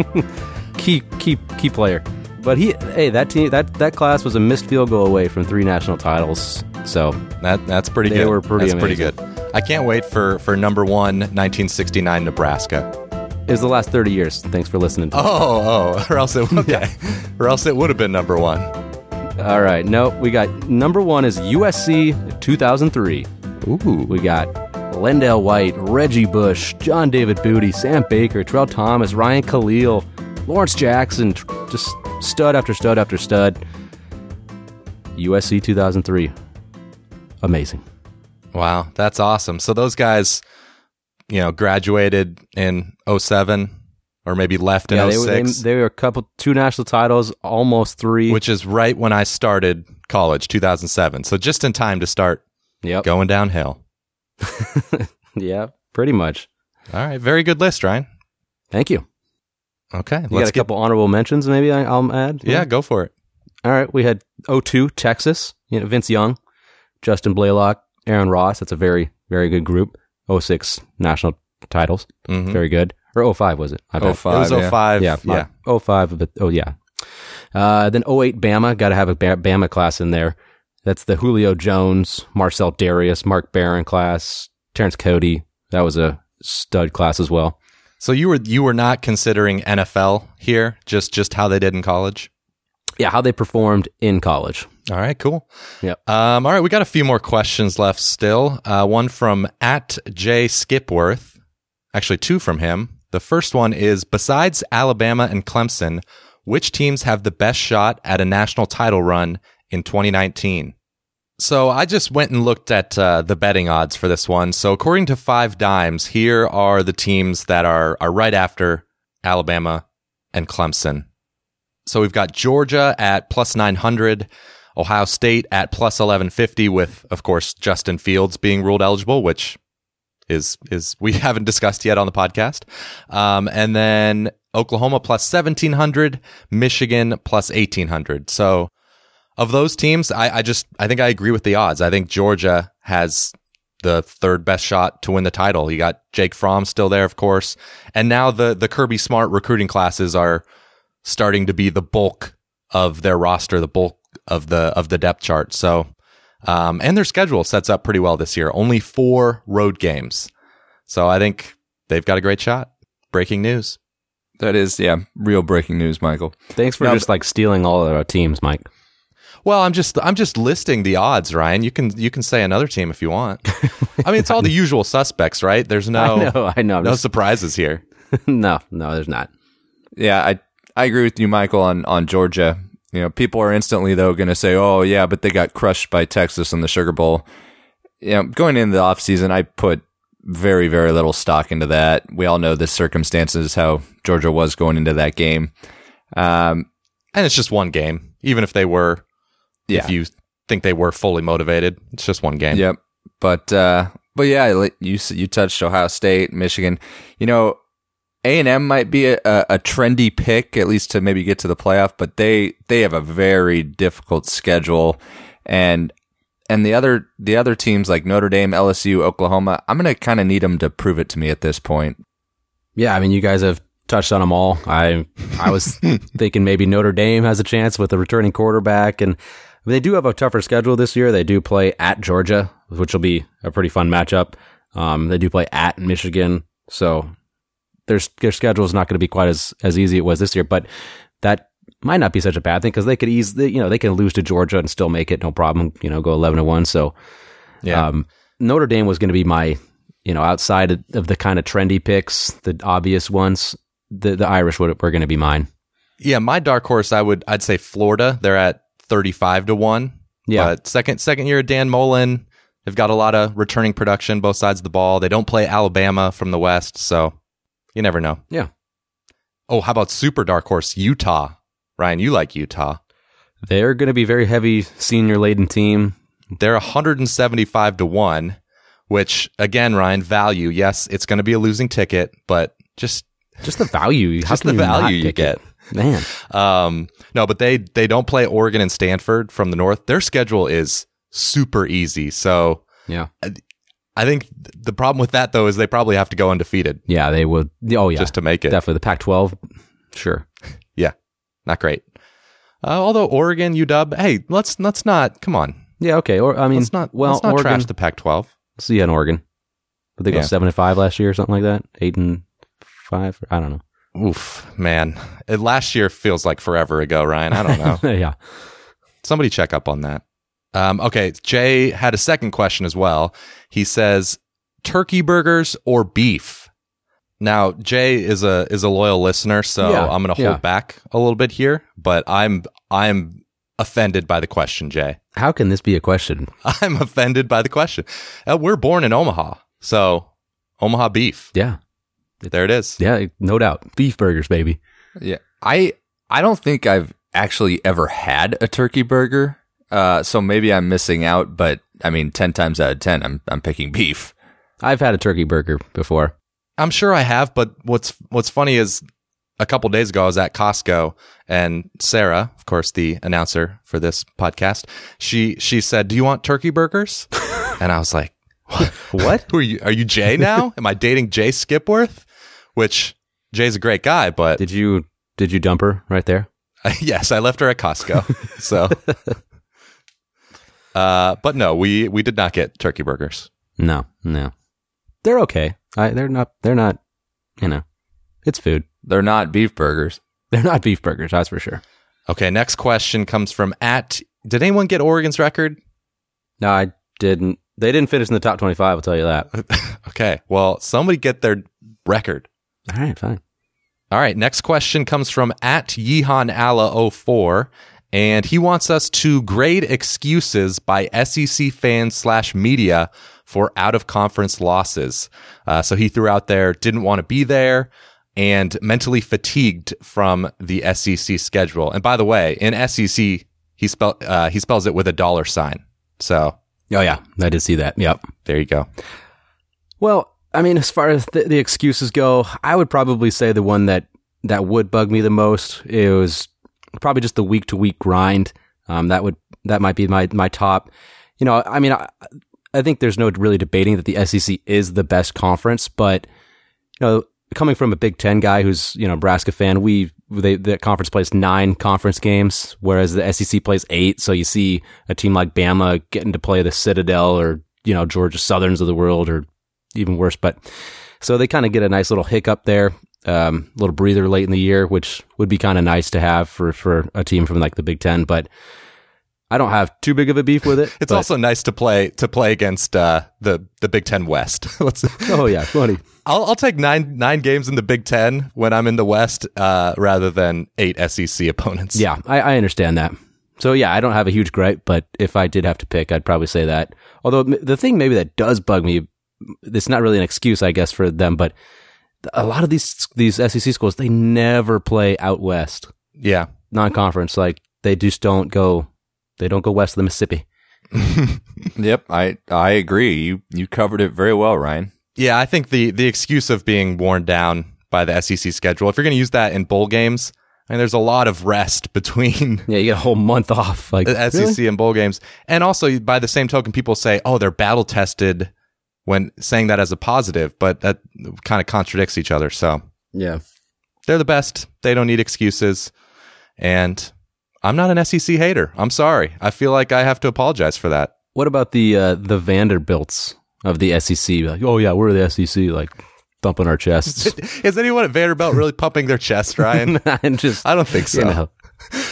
Speaker 3: key key key player. But he hey, that team that, that class was a missed field goal away from three national titles. So
Speaker 2: That that's pretty
Speaker 3: They
Speaker 2: good.
Speaker 3: were pretty
Speaker 2: that's pretty
Speaker 3: amazing.
Speaker 2: good. I can't wait for for number one, 1969 Nebraska.
Speaker 3: it was the last thirty years. Thanks for listening to
Speaker 2: Oh, oh, or else it okay, or else it would have been number one.
Speaker 3: All right, no, we got number one is USC 2003. Ooh, we got Lendell White, Reggie Bush, John David Booty, Sam Baker, Terrell Thomas, Ryan Khalil, Lawrence Jackson, tr- just stud after stud after stud. USC 2003, amazing.
Speaker 2: Wow, that's awesome. So those guys, you know, graduated in 07 or maybe left in
Speaker 3: yeah, they were, they,
Speaker 2: 06,
Speaker 3: they were a couple two national titles, almost three.
Speaker 2: which is right when I started college, 2007. So just in time to start
Speaker 3: yep,
Speaker 2: going downhill.
Speaker 3: yeah, pretty much.
Speaker 2: All right, very good list, Ryan.
Speaker 3: Thank you.
Speaker 2: Okay,
Speaker 3: You got a couple honorable mentions, maybe I, I'll add.
Speaker 2: Yeah, go for it.
Speaker 3: All right, we had 02 Texas, you know, Vince Young, Justin Blaylock, Aaron Ross. That's a very, very good group. 06 national titles.
Speaker 2: Mhm.
Speaker 3: Very good. Or 05 was it? I
Speaker 4: Oh
Speaker 3: bet.
Speaker 2: It was
Speaker 4: five. yeah.
Speaker 2: 05.
Speaker 3: Yeah,
Speaker 2: yeah.
Speaker 3: my- 05, but oh yeah. Uh, then 08 Bama, got to have a Ba- Bama class in there. That's the Julio Jones, Marcel Darius, Mark Barron class, Terrence Cody. That was a stud class as well.
Speaker 2: So you were you were not considering NFL here, just just how they did in college.
Speaker 3: Yeah, how they performed in college.
Speaker 2: All right, cool.
Speaker 3: Yep.
Speaker 2: Um, all right, we got a few more questions left still. Uh, one from at J Skipworth, actually two from him. The first one is besides Alabama and Clemson, which teams have the best shot at a national title run in 2019? So I just went and looked at uh, the betting odds for this one. So according to Five Dimes, here are the teams that are are right after Alabama and Clemson. So we've got Georgia at plus 900, Ohio State at plus 1150 with of course Justin Fields being ruled eligible, which is is we haven't discussed yet on the podcast. Um, and then Oklahoma plus 1700, Michigan plus 1800. So of those teams, I, I just I think I agree with the odds. I think Georgia has the third best shot to win the title. You got Jake Fromm still there, of course, and now the the Kirby Smart recruiting classes are starting to be the bulk of their roster, the bulk of the of the depth chart. So, um, and their schedule sets up pretty well this year. Only four road games, so I think they've got a great shot. Breaking news.
Speaker 4: That is, yeah, real breaking news, Michael.
Speaker 3: Thanks for
Speaker 4: Now-
Speaker 3: just like stealing all of our teams, Mike.
Speaker 2: Well, I'm just I'm just listing the odds, Ryan. You can you can say another team if you want. I mean, it's all the usual suspects, right? There's
Speaker 3: I
Speaker 4: Oh.
Speaker 2: no
Speaker 3: know, I know. I'm
Speaker 2: no
Speaker 3: just-
Speaker 2: surprises here.
Speaker 3: no, no, there's not.
Speaker 4: Yeah, I I agree with you, Michael, on on Georgia. You know, people are instantly though going to say, "Oh, yeah, but they got crushed by Texas in the Sugar Bowl." You know, going into the offseason, I put very very little stock into that. We all know the circumstances how Georgia was going into that game. Um,
Speaker 2: And it's just one game, even if they were,
Speaker 4: yeah,
Speaker 2: if you think they were fully motivated, it's just one game.
Speaker 4: Yep. But uh, but yeah, li- you s- you touched Ohio State, Michigan. You know, A and M might be a, a, a trendy pick at least to maybe get to the playoff, but they they have a very difficult schedule, and and the other the other teams like Notre Dame, LSU, Oklahoma. I'm gonna kind of need them to prove it to me at this point.
Speaker 3: Yeah, I mean, you guys have touched on them all. I I was thinking maybe Notre Dame has a chance with a returning quarterback, and they do have a tougher schedule this year. They do play at Georgia, which will be a pretty fun matchup. Um, they do play at Michigan, so their their schedule is not going to be quite as as easy it was this year. But that might not be such a bad thing because they could easily, you know, they can lose to Georgia and still make it, no problem. You know, go eleven to one. So
Speaker 4: Yeah.
Speaker 3: um, Notre Dame was going to be my, you know, outside of, of the kind of trendy picks, the obvious ones. The the Irish would, were going to be mine.
Speaker 2: Yeah, my dark horse, I would, I'd say Florida. They're at thirty-five to one.
Speaker 3: Yeah.
Speaker 2: but second second year of Dan Mullen, they've got a lot of returning production both sides of the ball. They don't play Alabama from the West, so you never know.
Speaker 3: Yeah.
Speaker 2: Oh, how about super dark horse Utah? Ryan, you like Utah?
Speaker 3: They're going to be very heavy senior laden team.
Speaker 2: They're 175 to 1, which again, Ryan, value. Yes, it's going to be a losing ticket, but just
Speaker 3: Just the value. How
Speaker 2: Just
Speaker 3: can
Speaker 2: the
Speaker 3: you not
Speaker 2: value you
Speaker 3: pick it? man.
Speaker 2: Um, no, but they they don't play Oregon and Stanford from the north. Their schedule is super easy. So
Speaker 3: Yeah,
Speaker 2: I think th- the problem with that though is they probably have to go undefeated
Speaker 3: yeah, they would. Oh yeah,
Speaker 2: just to make it.
Speaker 3: definitely the Pac-12. Sure.
Speaker 2: Not great. Uh, although Oregon, UW, hey, let's let's not come on.
Speaker 3: Yeah. Okay. Or I mean,
Speaker 2: Let's not
Speaker 3: well,
Speaker 2: let's not
Speaker 3: Oregon.
Speaker 2: trash the Pac-12.
Speaker 3: So yeah, in Oregon. But they go
Speaker 2: Yeah.
Speaker 3: seven and five last year or something like that. Eight and five. I don't know.
Speaker 2: Oof, man, It- last year feels like forever ago, Ryan. I don't know.
Speaker 3: yeah.
Speaker 2: Somebody check up on that. Um, okay, Jay had a second question as well. He says, "Turkey burgers or beef?" Now, Jay is a is a loyal listener, so
Speaker 3: Yeah,
Speaker 2: I'm going to
Speaker 3: yeah.
Speaker 2: hold back a little bit here. But I'm I'm offended by the question, Jay.
Speaker 3: How can this be a question?
Speaker 2: I'm offended by the question. Uh, we're born in Omaha, so Omaha beef.
Speaker 3: Yeah.
Speaker 2: There it is.
Speaker 3: Yeah. No doubt. Beef burgers, baby.
Speaker 4: Yeah, I I don't think I've actually ever had a turkey burger, uh, so maybe I'm missing out. But I mean, ten times out of ten, I'm I'm picking beef.
Speaker 3: I've had a turkey burger before.
Speaker 2: I'm sure I have, but what's what's funny is a couple days ago I was at Costco and Sarah, of course, the announcer for this podcast, she she said, "Do you want turkey burgers?" and I was like, "What?
Speaker 3: What?
Speaker 2: Who are you? Are you Jay now? Am I dating Jay Skipworth?" Which Jay's a great guy, but
Speaker 3: Did you did you dump her right there?
Speaker 2: yes, I left her at Costco. so, uh, but no, we we did not get turkey burgers.
Speaker 3: No. No. They're okay. I they're not they're not you know. It's food.
Speaker 4: They're not beef burgers.
Speaker 3: They're not beef burgers, that's for sure.
Speaker 2: Okay, next question comes from at. Did anyone get Oregon's record?
Speaker 3: No, I didn't they didn't finish in the top twenty five, I'll tell you that. All
Speaker 2: Okay, well, somebody get their record.
Speaker 3: right, fine.
Speaker 2: All right, next question comes from at Yehan Allah 04 and he wants us to grade excuses by SEC fans slash media for out of conference losses. Uh, so he threw out there, didn't want to be there, and mentally fatigued from the SEC schedule. And by the way, in SEC, he spell uh, he spells it with a dollar sign. So
Speaker 3: Oh yeah. I did see that. Yep.
Speaker 2: there you go.
Speaker 3: Well, I mean, as far as the, the excuses go, I would probably say the one that that would bug me the most is probably just the week to week grind. Um, that would that might be my my top. You know, I mean, I, I think there's no really debating that the SEC is the best conference, but you know, coming from a Big Ten guy who's you know Nebraska fan, we they the conference plays nine conference games, whereas the SEC plays eight. So you see a team like Bama getting to play the Citadel or you know Georgia Southerns of the world or even worse. But so they kind of get a nice little hiccup there, um, little breather late in the year, which would be kind of nice to have for for a team from like the Big Ten, but. I don't have too big of a beef with it.
Speaker 2: It's
Speaker 3: but-
Speaker 2: also nice to play to play against uh, the the Big Ten West. Let's
Speaker 3: oh yeah, funny.
Speaker 2: I'll, I'll take nine nine games in the Big Ten when I'm in the West, uh, rather than eight SEC opponents.
Speaker 3: Yeah, I, I understand that. So yeah, I don't have a huge gripe, but if I did have to pick, I'd probably say that. Although m- the thing maybe that does bug me, it's not really an excuse, I guess, for them, but a lot of these these SEC schools they never play out west,
Speaker 2: yeah,
Speaker 3: non conference. Like they just don't go, they don't go west of the Mississippi.
Speaker 4: Yep, I I agree. You you covered it very well, Ryan.
Speaker 2: yeah. I think the the excuse of being worn down by the SEC schedule, if you're going to use that in bowl games, I mean, there's a lot of rest between
Speaker 3: Yeah, you get a whole month off. Like
Speaker 2: the SEC
Speaker 3: really?
Speaker 2: and bowl games, and also by the same token, people say, oh, they're battle tested when saying that as a positive, but that kind of contradicts each other. So
Speaker 3: yeah.
Speaker 2: they're the best. They don't need excuses. And I'm not an SEC hater. I'm sorry. I feel like I have to apologize for that.
Speaker 3: What about the uh, the Vanderbilts of the SEC? Like, oh yeah, we're the SEC. Like thumping our chests
Speaker 2: Is anyone at Vanderbilt really pumping their chest, Ryan?
Speaker 3: and just
Speaker 2: I don't think so.
Speaker 3: you know.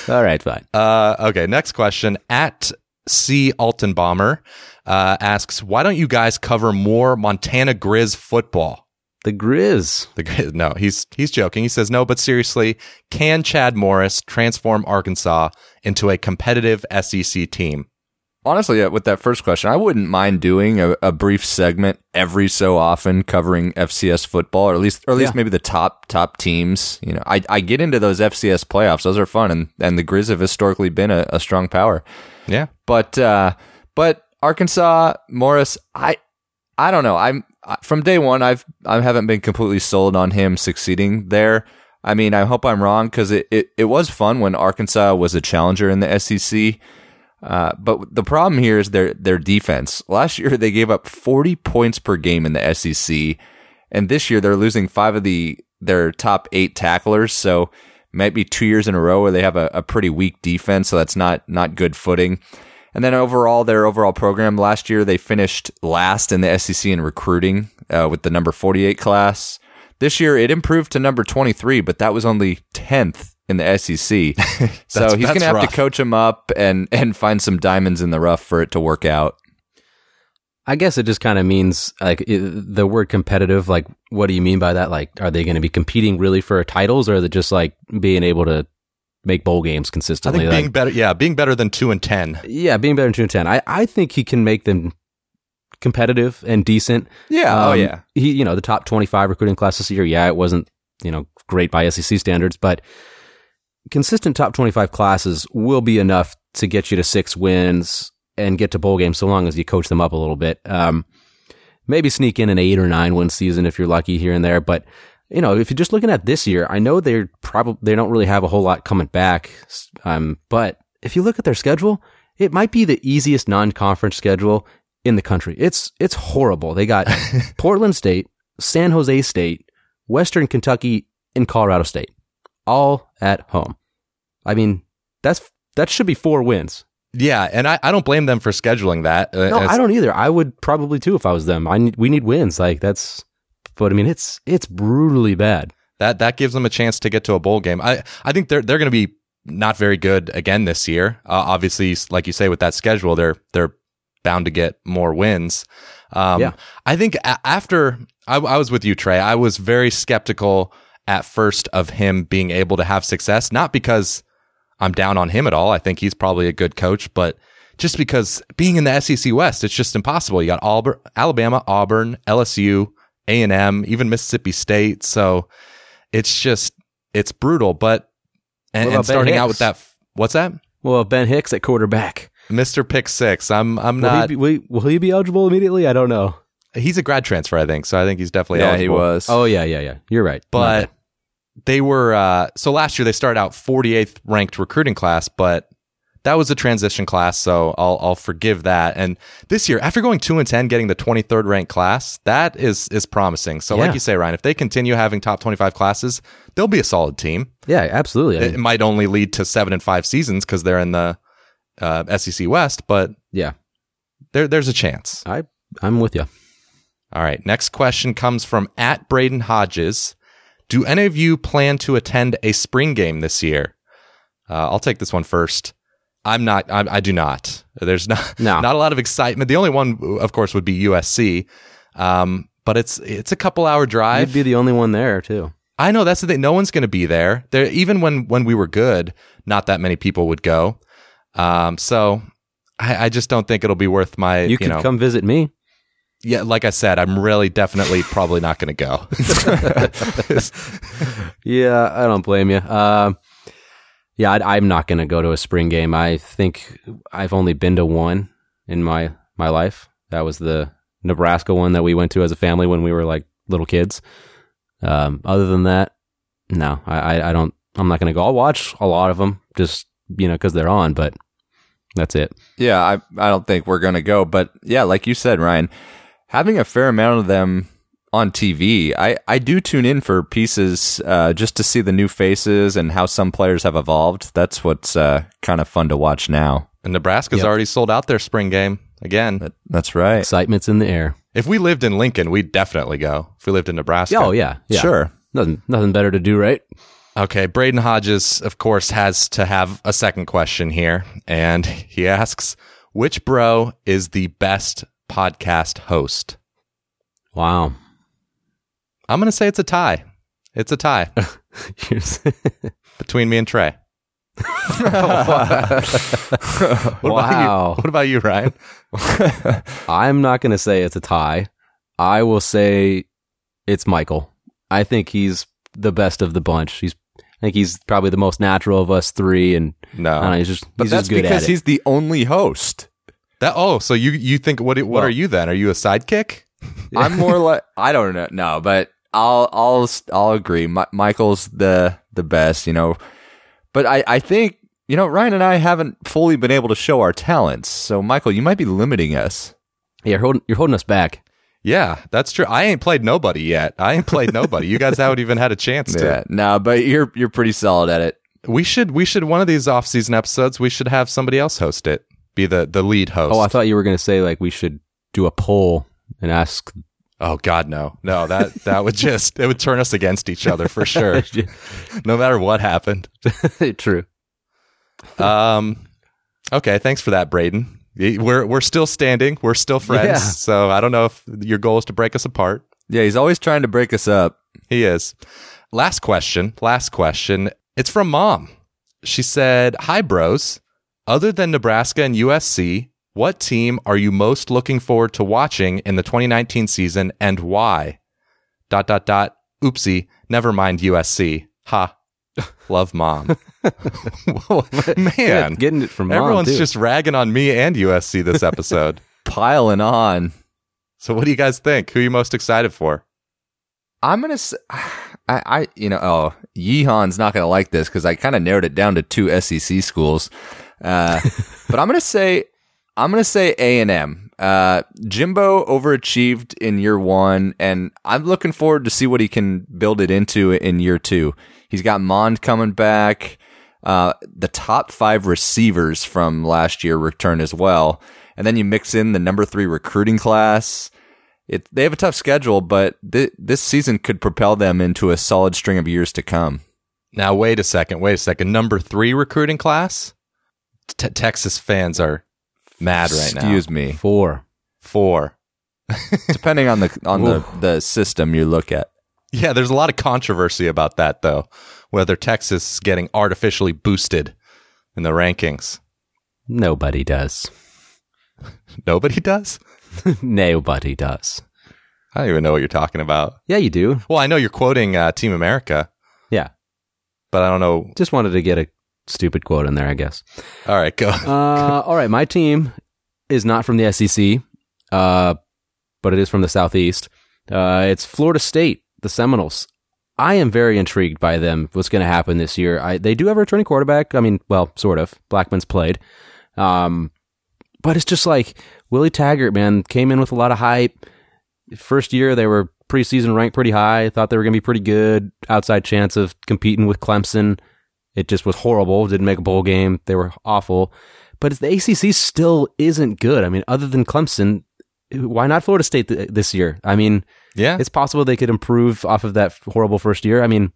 Speaker 3: All right, fine.
Speaker 2: Uh, okay, next question. At C. Altenbomber uh, asks, why don't you guys cover more Montana Grizz football?
Speaker 3: The Grizz.
Speaker 2: The Grizz, no, he's he's joking. He says, no, but seriously, can Chad Morris transform Arkansas into a competitive SEC team?
Speaker 4: Honestly, yeah, with that first question, I wouldn't mind doing a, a brief segment every so often covering FCS football, or at least, or at least maybe the top top teams. You know, I, I get into those FCS playoffs; those are fun, and and the Grizz have historically been a, a strong power.
Speaker 2: Yeah.
Speaker 4: But uh, but Arkansas Morris, I I don't know. I'm I- from day one. I've I haven't been completely sold on him succeeding there. I mean, I hope I'm wrong because it, it, it was fun when Arkansas was a challenger in the E SEC. Uh, but the problem here is their their defense. Last year they gave up 40 points per game in the SEC, and this year they're losing five of the their top eight tacklers. So might be two years in a row where they have a, a pretty weak defense. So that's not not good footing. And then overall, their overall program last year they finished last in the SEC in recruiting uh, with the number 48 class. This year it improved to number 23, but that was only 10th in the SEC. so he's
Speaker 2: that's
Speaker 4: going to have
Speaker 2: rough.
Speaker 4: to coach him up and and find some diamonds in the rough for it to work out.
Speaker 3: I guess it just kind of means like i the word competitive. Like, what do you mean by that? Like, are they going to be competing really for titles, or is it just like being able to make bowl games
Speaker 2: I
Speaker 3: consistently?
Speaker 2: think
Speaker 3: Like,
Speaker 2: being better, yeah, being better than two and ten.
Speaker 3: yeah, being better than two and ten. I, I think he can make them competitive and decent.
Speaker 4: Yeah. oh
Speaker 3: Um,
Speaker 4: yeah.
Speaker 3: He, you know, the top twenty-five recruiting class this year. Yeah, it wasn't you know great by SEC standards, but consistent top twenty-five classes will be enough to get you to six wins and get to bowl games, so long as you coach them up a little bit. Um, maybe sneak in an eight or nine win season if you're lucky here and there, but. You know, if you're just looking at this year, I know they're probably they don't really have a whole lot coming back. s- Um, but if you look at their schedule, it might be the easiest non-conference schedule in the country. It's it's horrible. They got Portland State, San Jose State, Western Kentucky, and Colorado State, all at home. I mean, that's that should be four wins.
Speaker 2: Yeah, and I, I don't blame them for scheduling that. Uh,
Speaker 3: No,
Speaker 2: it's-
Speaker 3: I don't either. I would probably too if I was them. I need, we need wins. Like that's, but I mean, it's it's brutally bad.
Speaker 2: that that gives them a chance to get to a bowl game. I I think they're they're going to be not very good again this year. Uh, obviously, like you say, with that schedule, they're they're bound to get more wins. Um,
Speaker 3: Yeah.
Speaker 2: I think a- after I, I was with you, Trey, I was very skeptical at first of him being able to have success, not because I'm down on him at all. I think he's probably a good coach, but just because being in the SEC West, it's just impossible. You got Auburn, Alabama, Auburn, LSU, A and M, even Mississippi State. So it's just it's brutal. But and,
Speaker 3: What about
Speaker 2: and starting
Speaker 3: Ben
Speaker 2: out with
Speaker 3: Hicks?
Speaker 2: that, f- what's that,
Speaker 3: Well, Ben Hicks at quarterback.
Speaker 2: Mister Pick Six? I'm I'm
Speaker 3: Will,
Speaker 2: not.
Speaker 3: he be, will, he- will he be eligible immediately? I don't know.
Speaker 2: he's a grad transfer, I think. So I think he's definitely
Speaker 4: yeah,
Speaker 2: eligible.
Speaker 4: he was.
Speaker 3: Oh yeah, yeah, yeah. You're right. My
Speaker 2: but
Speaker 3: bad.
Speaker 2: they were uh, so last year they started out 48th ranked recruiting class but that was a transition class so I'll, I'll forgive that and this year after going 2 and 10 getting the 23rd ranked class that is is promising so
Speaker 3: Yeah.
Speaker 2: like you say Ryan if they continue having top 25 classes they'll be a solid team
Speaker 3: yeah, absolutely. I
Speaker 2: it,
Speaker 3: mean,
Speaker 2: might only lead to 7 and 5 seasons cuz they're in the uh, SEC West but
Speaker 3: yeah,
Speaker 2: there there's a chance
Speaker 3: I I'm with you.
Speaker 2: All right. Next question comes from at Braden Hodges. Do any of you plan to attend a spring game this year? Uh, I'll take this one first. I'm not. I, I do not. There's not
Speaker 3: No.
Speaker 2: not a lot of excitement. The only one, of course, would be USC. Um, but it's it's a couple hour drive.
Speaker 3: You'd be the only one there too.
Speaker 2: I know that's the thing. No one's going to be there. There, even when when we were good, not that many people would go. Um, so I, I just don't think it'll be worth my.
Speaker 3: You,
Speaker 2: You,
Speaker 3: could
Speaker 2: know,
Speaker 3: come visit me.
Speaker 2: yeah, like I said, I'm really definitely probably not going to go.
Speaker 3: Yeah, I don't blame you. Um, yeah, I, I'm not going to go to a spring game. I think I've only been to one in my my life. That was the Nebraska one that we went to as a family when we were like little kids. Um, other than that, no, I, I, I don't. I'm not going to go. I'll watch a lot of them just you know because they're on, but that's it.
Speaker 4: Yeah, I I don't think we're gonna go, but yeah, like you said, Ryan, having a fair amount of them on TV, I I do tune in for pieces uh, just to see the new faces and how some players have evolved. That's what's uh, kind of fun to watch now.
Speaker 2: And Nebraska's
Speaker 3: Yep.
Speaker 2: already sold out their spring game again.
Speaker 4: That, that's right.
Speaker 3: Excitement's in the air.
Speaker 2: If we lived in Lincoln, we'd definitely go. If we lived in Nebraska,
Speaker 3: Oh yeah, yeah.
Speaker 4: Sure.
Speaker 3: Nothing nothing better to do, right?
Speaker 2: Okay, Braden Hodges, of course, has to have a second question here. And he asks, which bro is the best podcast host?
Speaker 3: Wow.
Speaker 2: I'm going to say it's a tie. It's a tie
Speaker 3: Here's-
Speaker 2: between me and Trey. What About you?
Speaker 3: wow.
Speaker 2: What about you, Ryan?
Speaker 3: I'm not going to say it's a tie. I will say it's Michael. I think he's the best of the bunch. He's I think he's probably the most natural of us three, and I don't know,
Speaker 2: No.
Speaker 3: he's just
Speaker 4: But
Speaker 3: he's
Speaker 4: that's
Speaker 3: just good at
Speaker 4: because
Speaker 3: it.
Speaker 4: he's the only host.
Speaker 2: That oh, so you you think what what
Speaker 3: Well-
Speaker 2: are you then? Are you a sidekick?
Speaker 4: I'm more like I don't know, no, but I'll I'll I'll agree. Mi- Michael's the the best, you know. But I I think you know Ryan and I haven't fully been able to show our talents. So Michael, you might be limiting us.
Speaker 3: yeah, you're holding, you're holding us back.
Speaker 2: Yeah, that's true. I ain't played nobody yet. I ain't played nobody. You guys haven't even had a chance to.
Speaker 4: no, but you're you're pretty solid at it.
Speaker 2: We should we should one of these off season episodes we should have somebody else host it. Be the the lead host.
Speaker 3: Oh, I thought you were going to say like we should do a poll and ask.
Speaker 2: Oh God, no, no that that would just it would turn us against each other for sure. no matter what happened.
Speaker 3: True.
Speaker 2: Um, okay, thanks for that, Braden. We're we're still standing. We're still friends.
Speaker 3: Yeah.
Speaker 2: So I don't know if your goal is to break us apart.
Speaker 4: Yeah, he's always trying to break us up.
Speaker 2: He is. Last question. Last question. It's from mom. She said, Hi, bros. Other than Nebraska and USC, what team are you most looking forward to watching in the 2019 season and why? Dot, dot, dot. Oopsie. Never mind USC. Ha. Love mom.
Speaker 3: Yeah,
Speaker 2: Man,
Speaker 3: getting it from mom,
Speaker 2: everyone's
Speaker 3: too.
Speaker 2: just ragging on me and USC this episode.
Speaker 4: Piling on.
Speaker 2: so, what do you guys think? Who are you most excited for?
Speaker 4: I'm gonna. s- I, I you know oh Yeehan's not gonna like this because I kind of narrowed it down to two SEC schools, uh, but I'm gonna say I'm gonna say A and M. Uh, Jimbo overachieved in year one, and I'm looking forward to see what he can build it into in year two. He's got Mond coming back. Uh, the top five receivers from last year return as well, and then you mix in the number three recruiting class it, they have a tough schedule, but th- this season could propel them into a solid string of years to come.
Speaker 2: Now, wait a second. Wait a second. Number three recruiting class? Te- Texas fans are mad right now.
Speaker 4: Excuse me.
Speaker 3: four.
Speaker 2: Four.
Speaker 4: Depending on the on the, the system you look at.
Speaker 2: Yeah, there's a lot of controversy about that, though, whether Texas is getting artificially boosted in the rankings.
Speaker 3: Nobody does.
Speaker 2: Nobody does?
Speaker 3: Nobody does.
Speaker 2: I don't even know what you're talking about.
Speaker 3: Yeah, you do.
Speaker 2: Well, I know you're quoting uh, Team America,
Speaker 3: Yeah,
Speaker 2: but I don't know.
Speaker 3: just wanted to get a stupid quote in there, I guess.
Speaker 2: All right, go.
Speaker 3: Uh, all right, my team is not from the SEC, uh, but it is from the Southeast. Uh, it's Florida State, the Seminoles. I am very intrigued by them. What's going to happen this year? I, they do have a returning quarterback. I mean, well, sort of. Blackman's played, um, but it's just like Willie Taggart, man, came in with a lot of hype. First year, they were preseason ranked pretty high. Thought they were going to be pretty good, outside chance of competing with Clemson. It just was horrible. Didn't make a bowl game. They were awful. But it's- the ACC still isn't good. I mean, other than Clemson, why not Florida State th- this year? I mean,
Speaker 2: Yeah.
Speaker 3: it's possible they could improve off of that horrible first year. I mean,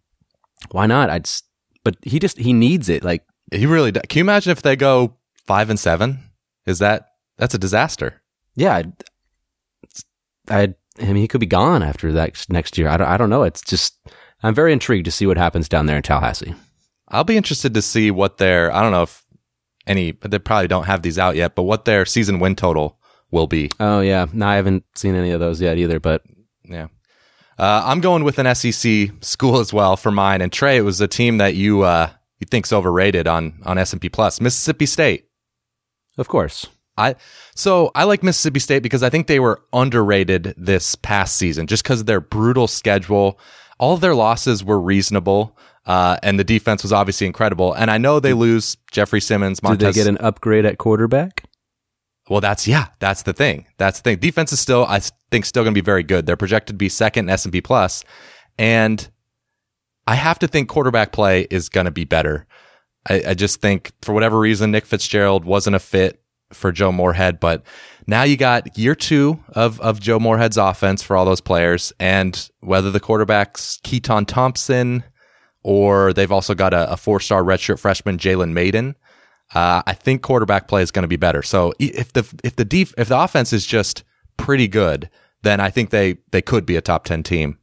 Speaker 3: why not? I'd. s- But he just he needs it. Like
Speaker 2: He really does. Can you imagine if they go five and seven? Is that, that's a disaster.
Speaker 3: yeah, I'd- I'd, I mean, he could be gone after that next year. I don't. I don't know. It's just. I'm very intrigued to see what happens down there in Tallahassee.
Speaker 2: I'll be interested to see what their I don't know if any they probably don't have these out yet, but what their season win total will be.
Speaker 3: Oh yeah, no, I haven't seen any of those yet either. But
Speaker 2: Yeah. Uh, I'm going with an SEC school as well for mine. And Trey, it was a team that you uh, you think's overrated on on S and P Plus, Mississippi State.
Speaker 3: of course,
Speaker 2: I so I like Mississippi State because I think they were underrated this past season just because of their brutal schedule. All of their losses were reasonable, uh, and the defense was obviously incredible. And I know they lose Jeffrey Simmons.
Speaker 3: did
Speaker 2: Montez
Speaker 3: they get an upgrade at quarterback?
Speaker 2: Well, that's yeah, that's the thing. That's the thing. Defense is still, I s- think, still going to be very good. They're projected to be second in S and P plus, and I have to think quarterback play is going to be better. I, I just think for whatever reason Nick Fitzgerald wasn't a fit for Joe Moorhead, but now you got year two of of Joe Moorhead's offense for all those players, and whether the quarterbacks Keaton Thompson or they've also got a, a four star redshirt freshman, Jalen Maiden. Uh, I think quarterback play is going to be better. So i- if the if the def, if the offense is just pretty good, then I think they they could be a top ten team.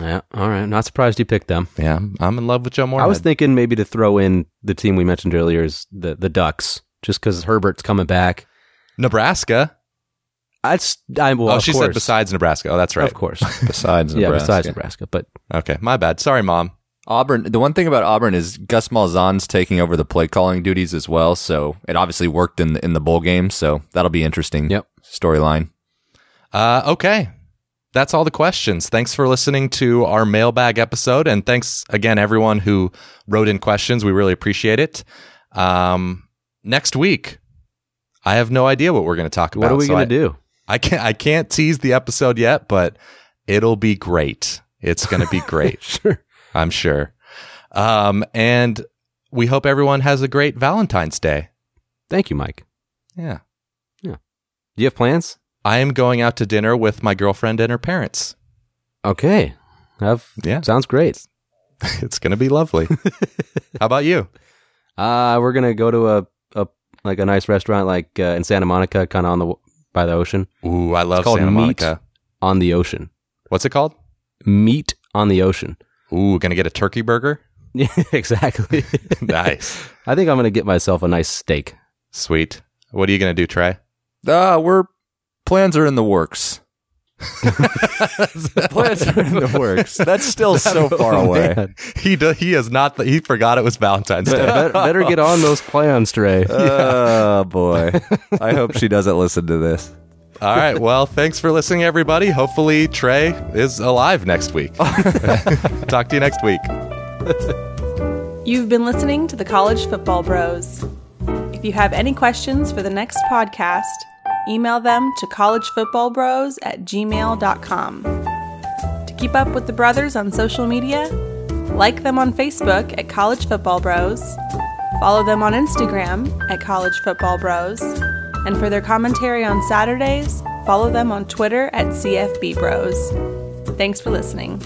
Speaker 3: Yeah. All right. Not surprised you picked them.
Speaker 2: Yeah, I'm- I'm in love with Joe Moorhead.
Speaker 3: I was thinking maybe to throw in the team we mentioned earlier is the the Ducks, just because Herbert's coming back.
Speaker 2: Nebraska.
Speaker 3: That's I will.
Speaker 2: oh,
Speaker 3: of
Speaker 2: she
Speaker 3: course,
Speaker 2: said besides Nebraska. Oh, that's right.
Speaker 3: Of course.
Speaker 4: Besides,
Speaker 3: yeah.
Speaker 4: Nebraska.
Speaker 3: Besides Nebraska, but
Speaker 2: Okay, my bad. Sorry, mom.
Speaker 4: Auburn. The one thing about Auburn is Gus Malzahn's taking over the play calling duties as well. So it obviously worked in the, in the bowl game. So that'll be interesting.
Speaker 3: Yep.
Speaker 4: Storyline.
Speaker 2: Uh, okay. That's all the questions. Thanks for listening to our mailbag episode. And thanks again, everyone who wrote in questions. We really appreciate it. Um, next week, I have no idea what we're going to talk about.
Speaker 3: what are we
Speaker 2: so
Speaker 3: gonna
Speaker 2: I-
Speaker 3: do?
Speaker 2: I can't, I can't tease the episode yet, but it'll be great. It's going to be great,
Speaker 3: Sure.
Speaker 2: I'm sure. Um, and we hope everyone has a great Valentine's Day.
Speaker 3: Thank you, Mike.
Speaker 2: Yeah.
Speaker 3: Do you have plans?
Speaker 2: I am going out to dinner with my girlfriend and her parents.
Speaker 3: Okay. Have
Speaker 2: Yeah.
Speaker 3: sounds great.
Speaker 2: It's going to be lovely. How about you?
Speaker 3: Uh, we're gonna go to a, a like a nice restaurant like uh, in Santa Monica, kind of on the w- by the ocean,
Speaker 2: Ooh, I love
Speaker 3: It's called
Speaker 2: Santa
Speaker 3: meat.
Speaker 2: Monica.
Speaker 3: on the ocean,
Speaker 2: What's it called?
Speaker 3: meat on the ocean.
Speaker 2: Ooh, gonna get a turkey burger?
Speaker 3: Yeah, exactly.
Speaker 2: nice.
Speaker 3: I think I'm gonna get myself a nice steak.
Speaker 2: Sweet. What are you gonna do, Trey?
Speaker 4: Uh, we're plans are in the works. plans are in the works. That's still so far away.
Speaker 3: Oh, Man.
Speaker 2: He do, he is not he forgot it was Valentine's
Speaker 3: Be-
Speaker 2: Day.
Speaker 3: better, better get on those plans, Trey.
Speaker 4: Oh boy. I hope she doesn't listen to this.
Speaker 2: All right. Well, thanks for listening, everybody. Hopefully Trey is alive next week. Talk to you next week.
Speaker 1: You've been listening to the College Football Bros. If you have any questions for the next podcast, email them to collegefootballbros at gmail.com. To keep up with the brothers on social media, like them on Facebook at College Football Bros, follow them on Instagram at College Football Bros, and for their commentary on Saturdays, follow them on Twitter at CFB Bros. Thanks for listening.